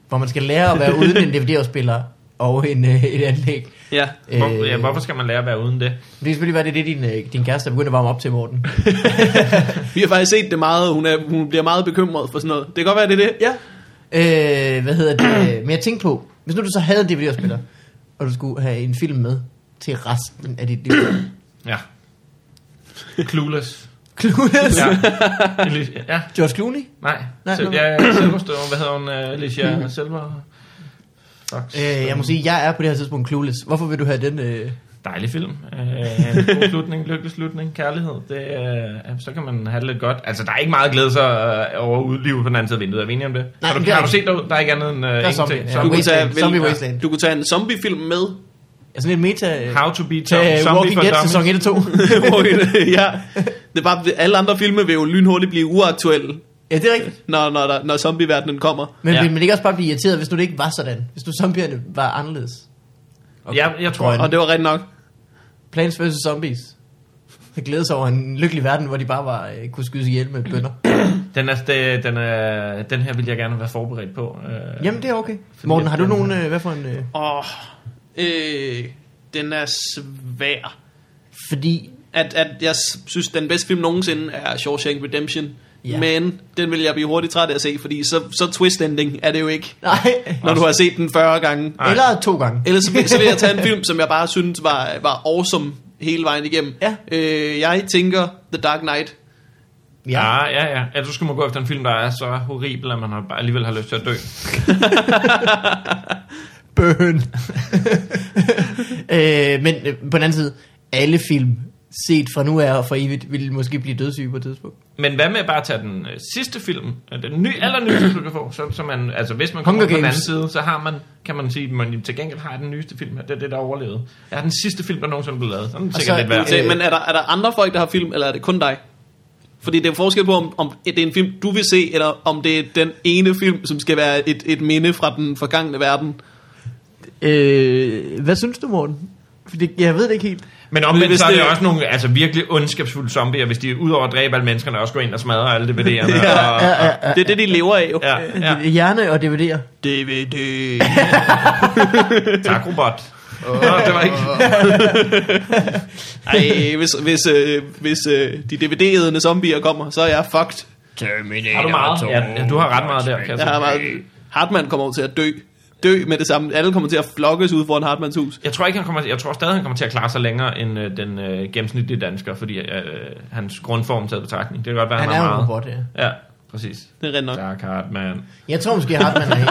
C: hvor man skal lære at være uden en DVD-afspiller og en, øh, et anlæg.
D: Ja.
B: Hvor,
C: Øh.
B: ja. Hvorfor skal man lære at være uden det?
C: Det kan selvfølgelig være, det er det, din, øh, din kæreste er begyndt at varme op til, Morten.
D: Vi har faktisk set det meget, hun, er, hun bliver meget bekymret for sådan noget. Det kan godt være, det er det. Ja.
C: Øh, hvad hedder det? Men jeg tænkte på, hvis nu du så havde en DVD-afspiller, og du skulle have en film med til resten af dit liv.
B: Ja. Clueless.
C: Clueless.
B: Ja.
C: Ja.
B: Eli- ja.
C: George Clooney.
B: Nej.
C: Nej,
B: Nej, Sel-
C: nu-
B: ja, Silverstone. Hvad hedder hun? Uh, Alicia Silver. Fox.
C: Øh, jeg må sige, jeg er på det her tidspunkt clueless. Hvorfor vil du have den? Øh?
B: Dejlig film. Øh, god slutning, lykkelig slutning, kærlighed. Det, øh, så kan man have det lidt godt. Altså, der er ikke meget at glæde sig øh, over udlivet på den anden side af vinduet. Er vi enige om det?
C: Nej,
B: har du,
C: det er
B: har du
C: rigtigt.
B: set derud? Der er ikke andet end øh,
C: er zombie,
B: ingenting.
C: ja.
B: Så-
D: Du, kunne tage,
C: Wasteland. Zombie Wasteland.
D: du kunne tage en zombiefilm med.
C: Jeg er sådan lidt meta... Øh,
B: How to be
C: til
B: Tom, zombie
C: Walking
B: for
C: Dead
B: dummies.
C: sæson 1 og 2.
D: Hvor en- ja. Det er bare, alle andre filme vil jo lynhurtigt blive uaktuelle,
C: ja, det er rigtigt.
D: når, når, der, når zombieverdenen kommer.
C: Men ja.
B: Ja.
C: ville man ikke også bare blive irriteret, hvis nu det ikke var sådan? Hvis nu zombierne var anderledes?
B: Jeg, jeg tror,
C: Grønne.
D: Og det var rigtigt nok.
C: Plants vs. Zombies. Jeg glæder sig over en lykkelig verden, hvor de bare var, øh, kunne skydes ihjel med bønder.
B: Den, er, det- den, er, den her vil jeg gerne være forberedt på. Øh,
C: Jamen, det er okay. Morten, har du nogen... Øh, hvad for en... Øh?
D: Åh, øh, den er svær.
C: Fordi...
D: At, at jeg s- synes, den bedste film nogensinde er Shawshank Redemption.
C: Ja.
D: Ja. Men den vil jeg blive hurtigt træt af at se, fordi så, så twist ending er det jo ikke,
C: Nej.
D: når du har set den 40 gange.
B: Nej.
C: Eller to gange.
D: Ellers så vil, så vil jeg tage en film, som jeg bare synes var, var awesome hele vejen igennem.
C: Ja.
D: Øh, jeg tænker The Dark Knight.
C: Ja.
B: Ja, ja, ja. ja du skal må gå efter en film, der er så horribel, at man har, bare alligevel har lyst til at dø.
C: Burn. øh, men øh, på den anden side, alle film set fra nu af og for evigt, vil måske blive dødssyge på et tidspunkt.
B: Men hvad med bare at tage den øh, sidste film, øh, den ny, allernyeste film, du kan få, så, så man, altså hvis man kommer
C: Hunger
B: på den
C: Games.
B: anden side, så har man, kan man sige, man til gengæld har den nyeste film her, det er det, der overlevede. Jeg er den sidste film, der nogensinde blev lavet. Sådan er det sikkert
C: så-
B: lidt værd.
D: Se,
C: Øh.
D: men er der, er der andre folk, der har film, eller er det kun dig? Fordi det er forskel på, om, om det er en film, du vil se, eller om det er den ene film, som skal være et, et minde fra den forgangne verden.
C: Øh, hvad synes du, Morten? Fordi jeg ved det ikke helt.
B: Men omvendt
D: Hvis
B: så er
D: det-
B: det også nogle altså, virkelig ondskabsfulde zombier, hvis de udover at dræbe alle menneskerne, også går ind og smadrer alle DVD'erne.
D: Ja,
B: og,
D: Det er det, de lever af jo.
B: ja, ja.
C: Ja. Hjerne og DVD'er.
D: DVD.
B: Tak, robot. Nå, det var ikke...
D: Ej, hvis, hvis, øh, hvis øh, de DVD-edende zombier kommer, så er jeg fucked.
B: Har du meget? Ja, ja, du har ret meget der, kan jeg
D: Jeg
B: se.
D: har meget... Hartmann kommer jo til at dø. Dø med det samme. Alle kommer til at flokkes ud foran Hartmanns hus.
B: Jeg tror ikke, han kommer, jeg tror stadig, han kommer til at klare sig længere end øh, den øh, gennemsnitlige dansker, fordi øh, hans grundform taget i betragtning. Det kan godt være,
C: Han
B: han,
C: er jo en
B: meget.
C: robot, ja.
B: Ja, præcis.
D: Det er rent nok.
B: Dark Hartman.
C: Jeg tror måske, Hartmann er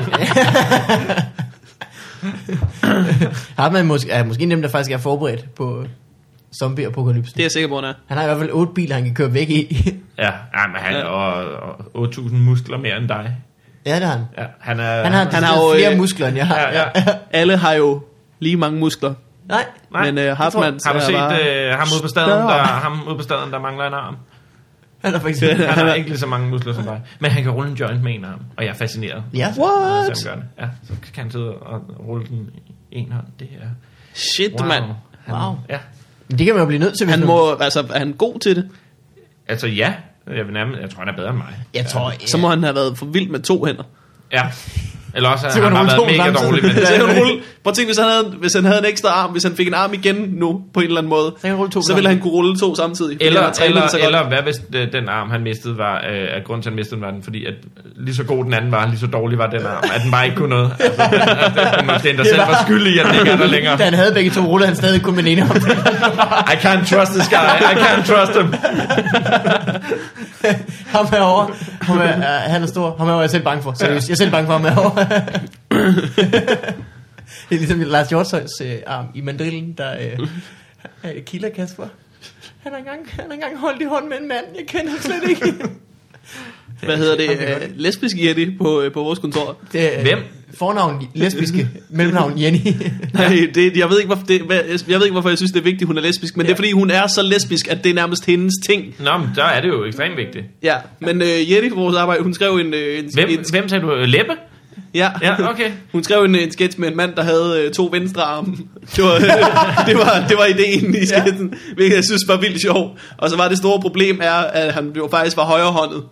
C: helt... Hartmann måske, er måske nem, der faktisk er forberedt på zombie-apokalypsen.
D: Det er jeg sikker på, han er.
C: Han har i hvert fald otte biler, han kan køre væk i.
B: Ja, ja men han
D: Ja.
B: ja. og, og 8.000 muskler mere end dig.
C: ja, det har han.
B: Ja, han er...
C: Han har,
D: han har
C: decideret
D: jo,
C: flere
D: øh,
C: muskler, end jeg har.
B: Ja, ja.
D: Alle har jo lige mange muskler.
C: Nej,
B: Nej,
D: Men, øh,
B: jeg tror-
D: Hartmann, så
B: Har du
D: er
B: set
D: bare
B: øh, ham ude på staden, der,
D: større.
B: ham ude på staden, der mangler en arm?
C: han har faktisk... Ja,
B: Han har ikke lige så mange muskler som dig. Men han kan rulle en joint med en arm, og jeg er fascineret. når jeg
D: What?
B: ser ham gøre det. Ja, så kan han sidde og rulle den i en hånd. Det er...
D: Shit, wow. mand.
B: Han,
C: Wow.
B: Ja.
C: Men det kan man jo blive nødt til, hvis
D: Han
C: man-
D: må, altså, er han god til det?
B: Altså ja, jeg, vil nærmest, jeg tror, han er bedre end mig.
C: Jeg tror... Ja.
D: Så må han have været for vild med to hænder.
B: Ja. Eller også
C: Så
B: har
C: kan
B: han
C: du
B: bare
C: rulle
B: været
C: to
B: mega
C: samtidig.
B: dårlig. Men
D: Så
C: Ja.
D: kan han rulle. Prøv at tænke, hvis han, havde, hvis han havde en ekstra arm, hvis han fik en arm igen nu, på en eller anden måde,
C: kan han rulle to
D: så ville han kunne rulle to samtidig. fordi han har
B: Eller,
D: trænet
B: eller,
D: det så godt.
B: eller hvad hvis øh, den arm, han mistede, var, øh, at grunden til, at han mistede den, var den, fordi at lige så god den anden var, lige så dårlig var den arm, at den bare ikke kunne noget. Altså, at, at, at den der selv var skyldig, at den ikke er der længere.
C: øh, Da han havde begge to ruller, han stadig kun med den ene om.
B: I can't trust this guy, I can't trust him.
C: Ham herovre, ham er, øh, han er stor. Ham herovre er jeg selv bange for. Seriøst, jeg er selv bange for ham herovre. det er ligesom Lars Hjortøjs øh, arm i mandrillen, der øh, øh, kilder Kasper. Han har, engang, han har engang holdt i hånd med en mand, jeg kender ham slet ikke.
D: Hvad hedder det?
C: Han kan
D: øh, Lesbisk Yeti på, øh, på vores kontor.
C: Det, er, øh,
B: Hvem?
C: Fornavn lesbiske, mellemnavn Jenny.
D: Nej, det, jeg, ved ikke, hvorfor, det, hvad- jeg ved ikke, hvorfor jeg synes, det er vigtigt, hun er lesbisk, men ja. det er, fordi hun er så lesbisk, at det er nærmest hendes ting.
B: Nå, men der er det jo ekstremt vigtigt.
D: Ja, men øh, Yeti på vores arbejde, hun skrev en... Øh, en
B: Hvem,
D: en,
B: hvem sagde du? Øh, Leppe?
D: ja.
B: Ja, okay.
D: Hun skrev en, en sketch med en mand, der havde øh, to venstre arme. Det var, det var, det var ideen i sketchen, ja. hvilket jeg synes var vildt sjov. Og så var det store problem, er, at han jo faktisk var højrehåndet.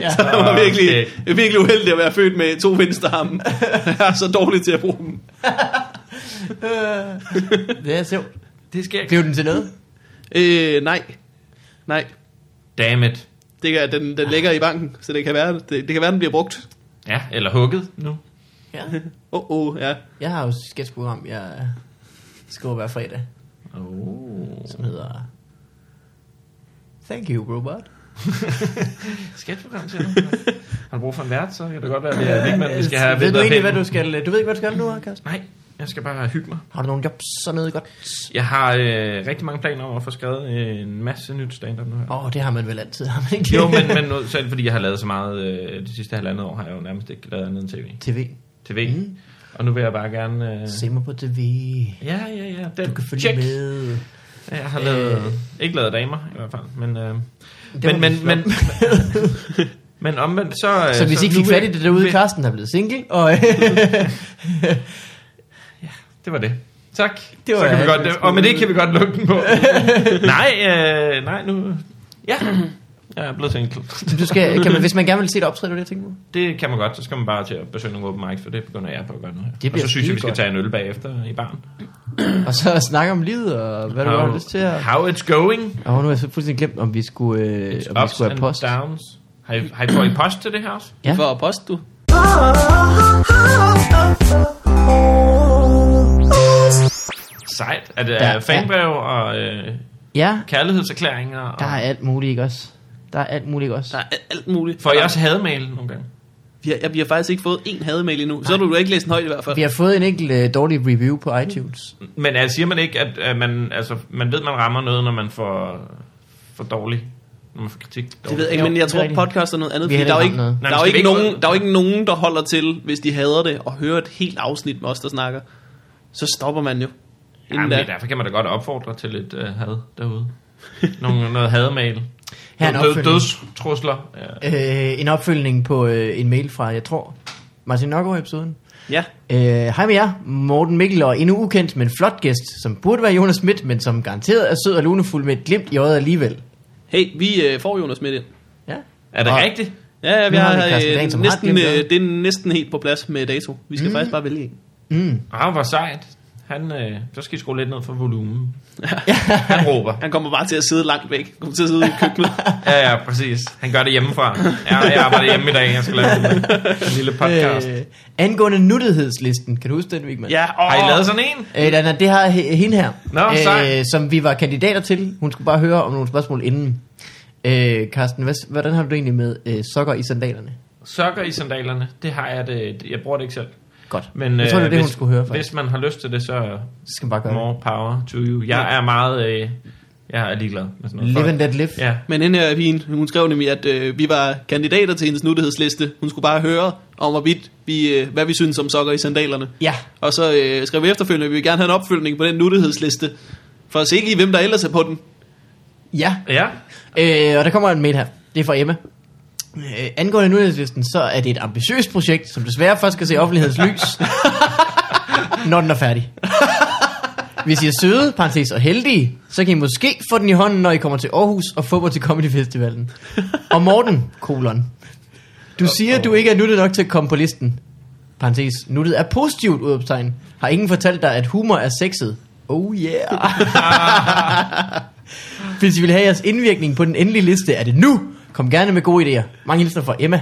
C: ja.
D: Så han var
B: Ah,
D: virkelig, virkelig uheldig at være født med to venstre arme. Han er så dårlig til at bruge dem.
C: Øh, det er sjovt.
B: Det sker ikke.
C: Blev den til noget?
D: Øh, nej. Nej.
B: Damn it.
D: Det kan, den, den ligger i banken, så det kan være, det, det kan være den bliver brugt.
B: Ja, eller hugget nu.
C: Ja.
D: Åh, oh, oh, ja.
C: Jeg har jo et sketchprogram, jeg øh, skriver hver fredag,
B: Oh.
C: som hedder... Thank you, robot.
B: Sketchprogram til Har du brug for en vært, så kan det godt være, at det er Vigman, vi skal have
C: Øh, ved du
B: videre
C: egentlig, hvad
B: pinden.
C: du skal... Du ved ikke, hvad du skal nu, Karsten?
B: Nej, jeg skal bare hygge mig.
C: Har du nogle jobs sådan noget godt?
B: Jeg har øh, rigtig mange planer om at få skrevet øh, en masse nyt stand-up nu her.
C: Åh, oh, det har man vel altid, har man ikke?
B: Jo, men, men nu, selv fordi jeg har lavet så meget øh, de sidste halvandet år, har jeg jo nærmest ikke lavet andet end tv.
C: TV.
B: TV.
C: Mm.
B: Mm. Og nu vil jeg bare gerne... Øh,
C: Se mig på TV.
B: ja, ja, ja. Den,
C: Du kan følge
B: check.
C: med.
B: Jeg har
C: Øh.
B: lavet, ikke lavet damer i hvert fald, men... Øh,
C: Det var
B: men, men,
C: lidt
B: men, men omvendt, så... øh,
C: Så hvis I ikke
B: nu
C: fik
B: vil-
C: fat i det derude,
B: vil-
C: Karsten er blevet single, og øh,
B: Det var det. Tak.
C: Det
B: Det
C: var
B: var så kan vi
C: alt,
B: godt,
C: vi skulle-
B: og med det kan vi godt lukke den på. nej, øh, nej, nu... Ja, jeg er blevet single.
C: du skal, kan man, hvis man gerne vil se et optræde, det var det, jeg tænker på.
B: Det kan man godt, så skal man bare til at besøge nogle open mics, for det begynder jeg på at gøre nu her.
C: bliver
B: og så synes jeg, vi skal
C: skidegodt.
B: tage en øl bagefter i baren.
C: Og så snakke om livet, og hvad du
B: How-
C: har lyst til. at-
B: How it's going.
C: Åh, oh, nu har jeg så fuldstændig glemt, om vi skulle, øh, om vi
B: Ups
C: skulle
B: and
C: have post.
B: downs. Har I, har I fået I post til det her også?
C: Ja.
D: For at poste, du.
A: Ah, ah.
B: Sejt. Er det
C: Der
B: er fanbrev og øh,
C: Ja,
B: kærlighedserklæringer? Og,
C: der er alt muligt, ikke også? Der er alt muligt, ikke også?
D: Der er alt- alt muligt.
B: Får I også hademail nogle gange?
D: Vi har, jeg, vi har faktisk ikke fået en hademail endnu. Så har du jo ikke læst den højt i hvert fald.
C: Vi har fået en enkelt øh, dårlig review på iTunes.
B: Men altså, siger man ikke, at, at man, altså, man ved, man rammer noget, når man får for dårlig, når man får kritik?
D: Det ved jeg ikke,
C: Jo,
D: men jeg
C: det er
D: tror,
C: rigtigt.
D: podcast er noget andet.
C: Vi
D: Fordi
C: har
D: der, er jo
C: heller
D: ikke,
C: ikke ramt
D: der,
B: noget. Nej, men skal vi
D: er jo ikke
B: ikke-
D: nogen, der er jo ikke nogen, der holder til, hvis de hader det, og hører et helt afsnit med os, der snakker. Så stopper man jo.
B: Jamen,
D: Inden da.
B: derfor kan man da godt opfordre til lidt øh, had derude. Nogle, noget hademail.
C: Her er en
B: Død,
C: opfølgning.
B: dødstrusler. Ja.
C: Øh, en opfølgning på øh, en mail fra, jeg tror, Martin Nørgaard episoden.
D: Ja.
C: Øh, Hej med jer, Morten Mikkel og endnu ukendt, men flot gæst, som burde være Jonas Schmidt, men som garanteret er sød og lunefuld med et glimt i øjet alligevel.
D: Hey, vi øh, får Jonas med ind.
C: Ja.
B: Er det
D: Og-
B: rigtigt?
D: Ja, ja, vi
C: Nu har
D: har,
C: vi Carsten Dahl,
D: øh,
C: som har
D: næsten,
C: glemt
D: øh,
C: noget.
D: det er næsten helt på plads med dato. Vi skal mm. faktisk bare vælge en.
C: Mm.
B: Ah, hvor sejt. Han, øh, så skal I skrue lidt ned for volumen. Han råber.
D: Han kommer bare til at sidde langt væk. Han kommer til at sidde i køkkenet.
B: Ja, ja, præcis. Han gør det hjemmefra. Ja, jeg arbejder hjemme i dag. Jeg skal lave en, øh, en lille podcast. Øh,
C: Øh, angående nuttethedslisten, kan du huske den, Vigman?
D: ja, og,
B: har I lavet sådan en?
C: Øh, nej, nej, det har he- hende her, øh,
B: Nå, sej.
C: som vi var kandidater til. Hun skulle bare høre om nogle spørgsmål inden. Øh, Carsten, hvad, hvordan har du det egentlig med øh, sokker i sandalerne?
B: Sokker i sandalerne. Det har jeg det. Jeg bruger det ikke selv.
C: Godt.
B: Men, øh,
C: Jeg tror, det var det,
B: hvis,
C: hun skulle høre, faktisk.
B: Hvis man har lyst til det, så
C: Så skal man bare gøre det.
B: more power to you. Jeg er meget... Øh, jeg er ligeglad med sådan noget.
C: Live and
B: Folk-
C: let live.
B: Ja,
D: Men hende her pigen, hun skrev nemlig, at øh, vi var kandidater til hendes nuttighedsliste. Hun skulle bare høre om, hvorvidt vi, øh, hvad vi synes om sokker i sandalerne.
C: Ja.
D: Og så øh, skrev vi efterfølgende, at vi vil gerne have en opfølgning på den nuttighedsliste. For at se ikke i, hvem der ellers er på den.
C: Ja.
B: ja.
C: Øh, og der kommer en mail her. Det er fra Emma. Øh, angående nyhedslisten, så er det et ambitiøst projekt, som desværre først skal se offentlighedens lys, når den er færdig. Hvis I er søde, parentes og heldige, så kan I måske få den i hånden, når I kommer til Aarhus og få mig til Comedy Festivalen. Og Morten, kolon. Du siger, du ikke er nuttet nok til at komme på listen. Parentes, nuttet er positivt, udopstegn. Har ingen fortalt dig, at humor er sexet? Oh yeah. Hvis I vil have jeres indvirkning på den endelige liste, er det nu. Kom gerne med gode idéer. Mange hilsner fra Emma.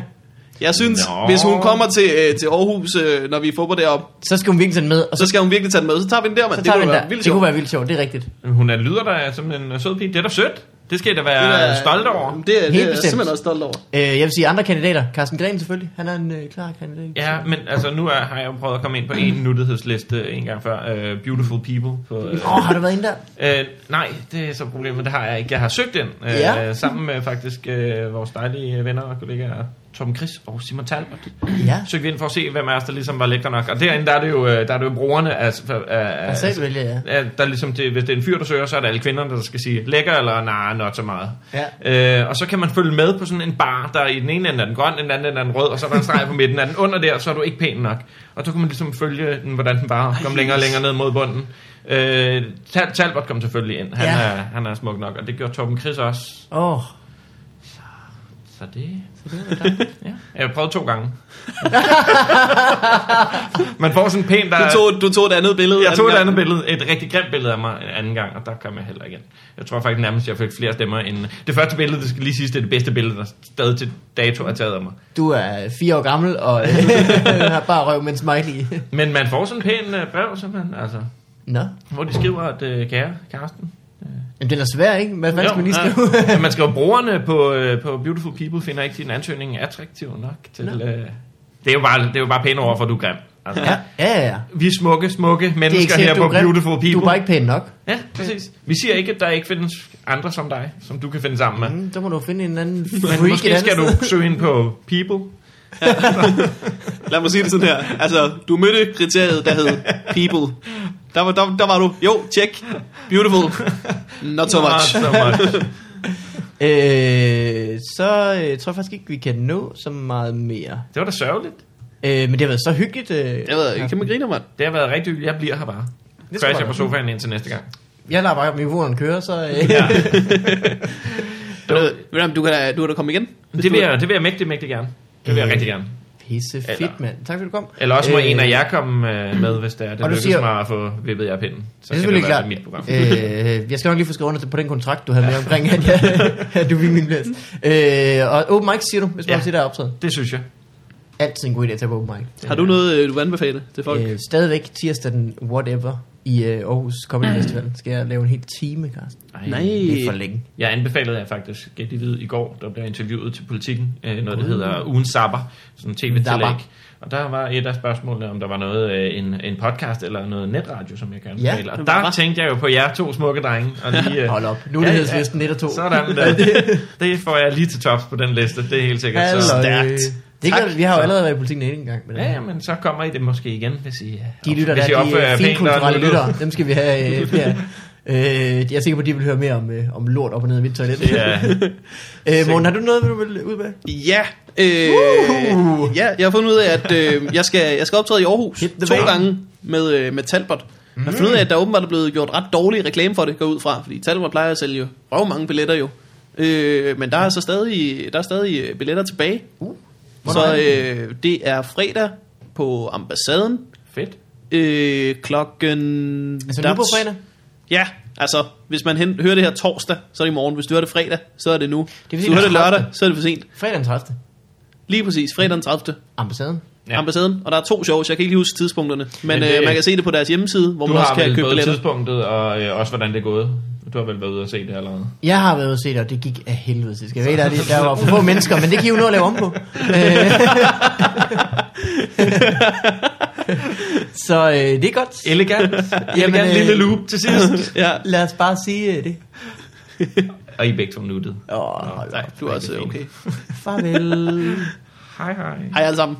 D: Jeg synes,
B: Nå.
D: Nå. hvis hun kommer til, øh, til Aarhus, øh, når vi får på derop,
C: Så skal hun vinke sådan med, og så,
D: så skal hun virkelig tage den med. Så tager vi den der, mand.
C: så tager vi
D: kunne
C: den
D: være
C: der.
D: vildt
C: Det kunne
D: sjovt.
C: være vildt sjovt, det er rigtigt.
B: Hun er lyder der som en øh, sød pige. Det er da sødt. Det skal jeg da være
D: Det er-
B: stolt over.
D: Det, er, det er jeg
C: bestemt.
D: simpelthen også stolt over.
C: Øh, jeg vil sige andre kandidater. Carsten Gren selvfølgelig. Han er en øh, klar kandidat.
B: Ja, men altså nu er, har jeg jo prøvet at komme ind på en nuttighedsliste en gang før. Uh, beautiful People. På, uh,
C: Åh, oh, har du været inde der?
B: Øh, nej, det er så problemet, det har jeg ikke. Jeg har søgt den øh,
C: Ja.
B: sammen med faktisk øh, vores dejlige venner og kollegaer Tom Chris og Simon Talbot.
C: Ja.
B: Søgte vi ind for at se, hvem af os, der ligesom var lækker nok. Og derinde, der er det jo, øh, der er det jo brugerne af... af,
C: Jeg
B: af
C: selv vælger, ja.
B: af- der er ligesom det, hvis det er en fyr, der søger, så er det alle kvinderne, der skal sige lækker eller nej, nah, not så meget. Øh, og så kan man følge med på sådan en bar, der i den ene ende er den grøn, i den anden ende er den rød, og så er der en streg på midten af den. Under der, så er du ikke pæn nok. Og så kan man ligesom følge den, hvordan den bare kom længere og længere ned mod bunden. Øh, Tal- Talbot kom selvfølgelig ind. Han,
C: Ja.
B: ja. er, han er smuk nok, og det gjorde Torben Chris også.
C: Åh, oh,
B: Så det... Så det ja. Jeg prøvede to gange. man får sådan en pæn, der...
D: Du tog, du tog et andet billede.
B: Jeg
D: anden
B: tog et
D: gang.
B: andet billede, et rigtig grimt billede af mig en anden gang, og der kom jeg heller igen. Jeg tror faktisk nærmest, jeg fik flere stemmer end... Det første billede, det skal lige siges, det er det bedste billede, der stadig til dato er taget af mig.
C: du er fire år gammel, og øh, har bare røv med en smiley.
B: Men man får sådan en pæn øh, brev, simpelthen, altså,
C: Nå,
B: hvor de skriver, at øh, kære Karsten...
C: Jamen, den er svær, ikke? Hvad fanden skal man lige skrive?
B: ja, man skriver, brugerne på, øh, på Beautiful People finder ikke din ansøgning attraktiv nok til...
C: Nå.
B: Øh, det er jo bare, det er jo bare pæne ord for, at du er grim. Altså,
C: ja, ja, ja.
B: Vi er smukke, smukke
C: Det er ikke
B: mennesker her
C: sikkert, du
B: på
C: er grim.
B: Beautiful People.
C: Du er bare ikke pæn nok.
B: Ja, præcis. Vi siger ikke, at der ikke findes andre som dig, som du kan finde sammen med.
C: Mm, så må du finde en anden freak
B: Men måske
C: et andet
B: skal du
C: sted.
B: søge ind på People.
D: Lad mig sige det sådan her. Altså, du mødte kriteriet, der hed people. Der var, der, der var du. Jo, check. Beautiful. Not so
B: Not
D: much.
B: so much.
C: Øh, så øh, tror jeg faktisk ikke, vi kan nå så meget mere.
B: Det var da sørgeligt.
C: Øh, men det har været så hyggeligt. Øh,
D: Jeg ved, ikke, kan man grine, mand?
B: Det har været rigtig hyggeligt. Jeg bliver her bare.
C: Det
B: Det
C: tror
B: Crash jeg
C: jeg.
B: på sofaen indtil næste gang.
C: jeg lader bare mikrofonen køre, så... Øh, ja.
B: Ja.
D: Du, ved du, du, kan da, du kan da komme igen. Hvis
B: Det
D: du-
B: vil jeg, det vil jeg mægtig, mægtig gerne. Det vil jeg
C: Øh.
B: rigtig gerne.
C: Pisse
B: Eller-
C: fedt, mand. Tak fordi du kom.
B: Eller også må en af jer komme øh, med, hvis det er. Det
C: og du
B: lykkes
C: siger-
B: siger... mig at få vippet jer af pinden. Så
C: Det er
B: kan det
C: selvfølgelig klart.
B: være mit program.
C: Øh, jeg skal nok lige få skrevet under på den kontrakt, du havde med omkring, at, jeg, at du ville min plads. Øh, og open mic, siger du, hvis man
B: Ja.
C: ja. siger, der er optaget.
B: Det synes jeg.
C: Altid en god idé at tage på open mic.
D: Har du noget, øh, du vil anbefale til folk?
C: Øh, stadigvæk tirsdag den whatever i øh, Aarhus Comedy Festival. Skal jeg lave en hel time, Carsten?
B: Mm. Ej.
C: Det er for
D: Nej.
C: længe.
B: Jeg anbefalede jer faktisk, gæt I ved, i går, der blev jeg interviewet til politikken, øh, noget, der hedder Ugen Zapper, sådan en tv-tillæg.
C: Uh. Zapper.
B: Og der var et af spørgsmålene, om der var noget, øh, en, en podcast eller noget netradio, som jeg gerne
C: Ja,
B: ville. Og
D: det
B: der
D: var.
B: tænkte jeg jo på jer to smukke drenge. Og lige, øh,
C: Hold op. Nu er det hedslisten et og to.
B: Sådan, der. det, det får jeg lige til tops på den liste, det er helt sikkert.
C: Halløj.
B: Så.
C: Det
B: Tak.
C: kan, vi har jo allerede været i politikken en gang. Med
B: Ja, ja, men så kommer I det måske igen, hvis I, øh,
C: De lytter
B: hvis I
C: der, de
B: opfører jer
C: øh,
B: pænt og
C: finkulturelle
B: nuttet.
C: lyttere, dem skal vi have øh, flere. Øh, jeg er sikker på, at de vil høre mere om, øh, om lort op og ned i mit toilet.
B: Ja.
C: øh, Morten, har du noget, du vil ud med?
D: Ja. Øh, ja, jeg har fundet ud af, at øh, jeg, skal, jeg skal optræde i Aarhus
C: Hit the
D: to
C: van.
D: gange med, øh, med Talbot. Jeg har fundet ud af, at der åbenbart er blevet gjort ret dårlig reklame for det, går jeg ud fra. Fordi Talbot plejer at sælge jo røv mange billetter jo. Øh, men der er så stadig, der er stadig øh, billetter tilbage.
C: Uh, hvornår
D: Så
C: er
D: øh, det er fredag på ambassaden.
B: Fedt.
D: Øh, klokken...
C: Altså nu på
D: der-
C: fredag?
D: Ja, altså hvis man hen, hører det her torsdag, så er det i morgen. Hvis du hører det fredag, så er det nu. Det
C: vil
D: hvis
C: sige,
D: du hører
C: den
D: det lørdag,
C: 30..
D: så er det for sent.
C: Fredag den 30.
D: Lige præcis, fredag den 30.
C: Ambassaden.
B: Ja.
D: Ja. Ambassaden. Og der er to shows, jeg kan ikke lige huske tidspunkterne. Men,
B: Men det-
D: øh, man kan se det på deres hjemmeside, hvor
B: Du
D: man også
B: har
D: kan
B: vel
D: købe
B: både
D: billetter.
B: tidspunktet og øh, også, hvordan det er gået. Du har vel været ude og se det allerede.
C: Jeg har været ude at se det, og det gik af helvede. til. Skal jeg ved, der, er- der var for få mennesker, men det kan I jo nå at lave om på. Øh, Så øh, det er godt.
B: Elegant. Elegant
C: øh,
B: lille loop til sidst.
D: Ja.
C: Lad os bare sige øh, det.
B: Og I er begge to nuttet.
C: Åh, oh,
B: Nå, nej,
D: Du er også øh, okay.
C: farvel.
B: Hej hej.
D: Hej alle sammen.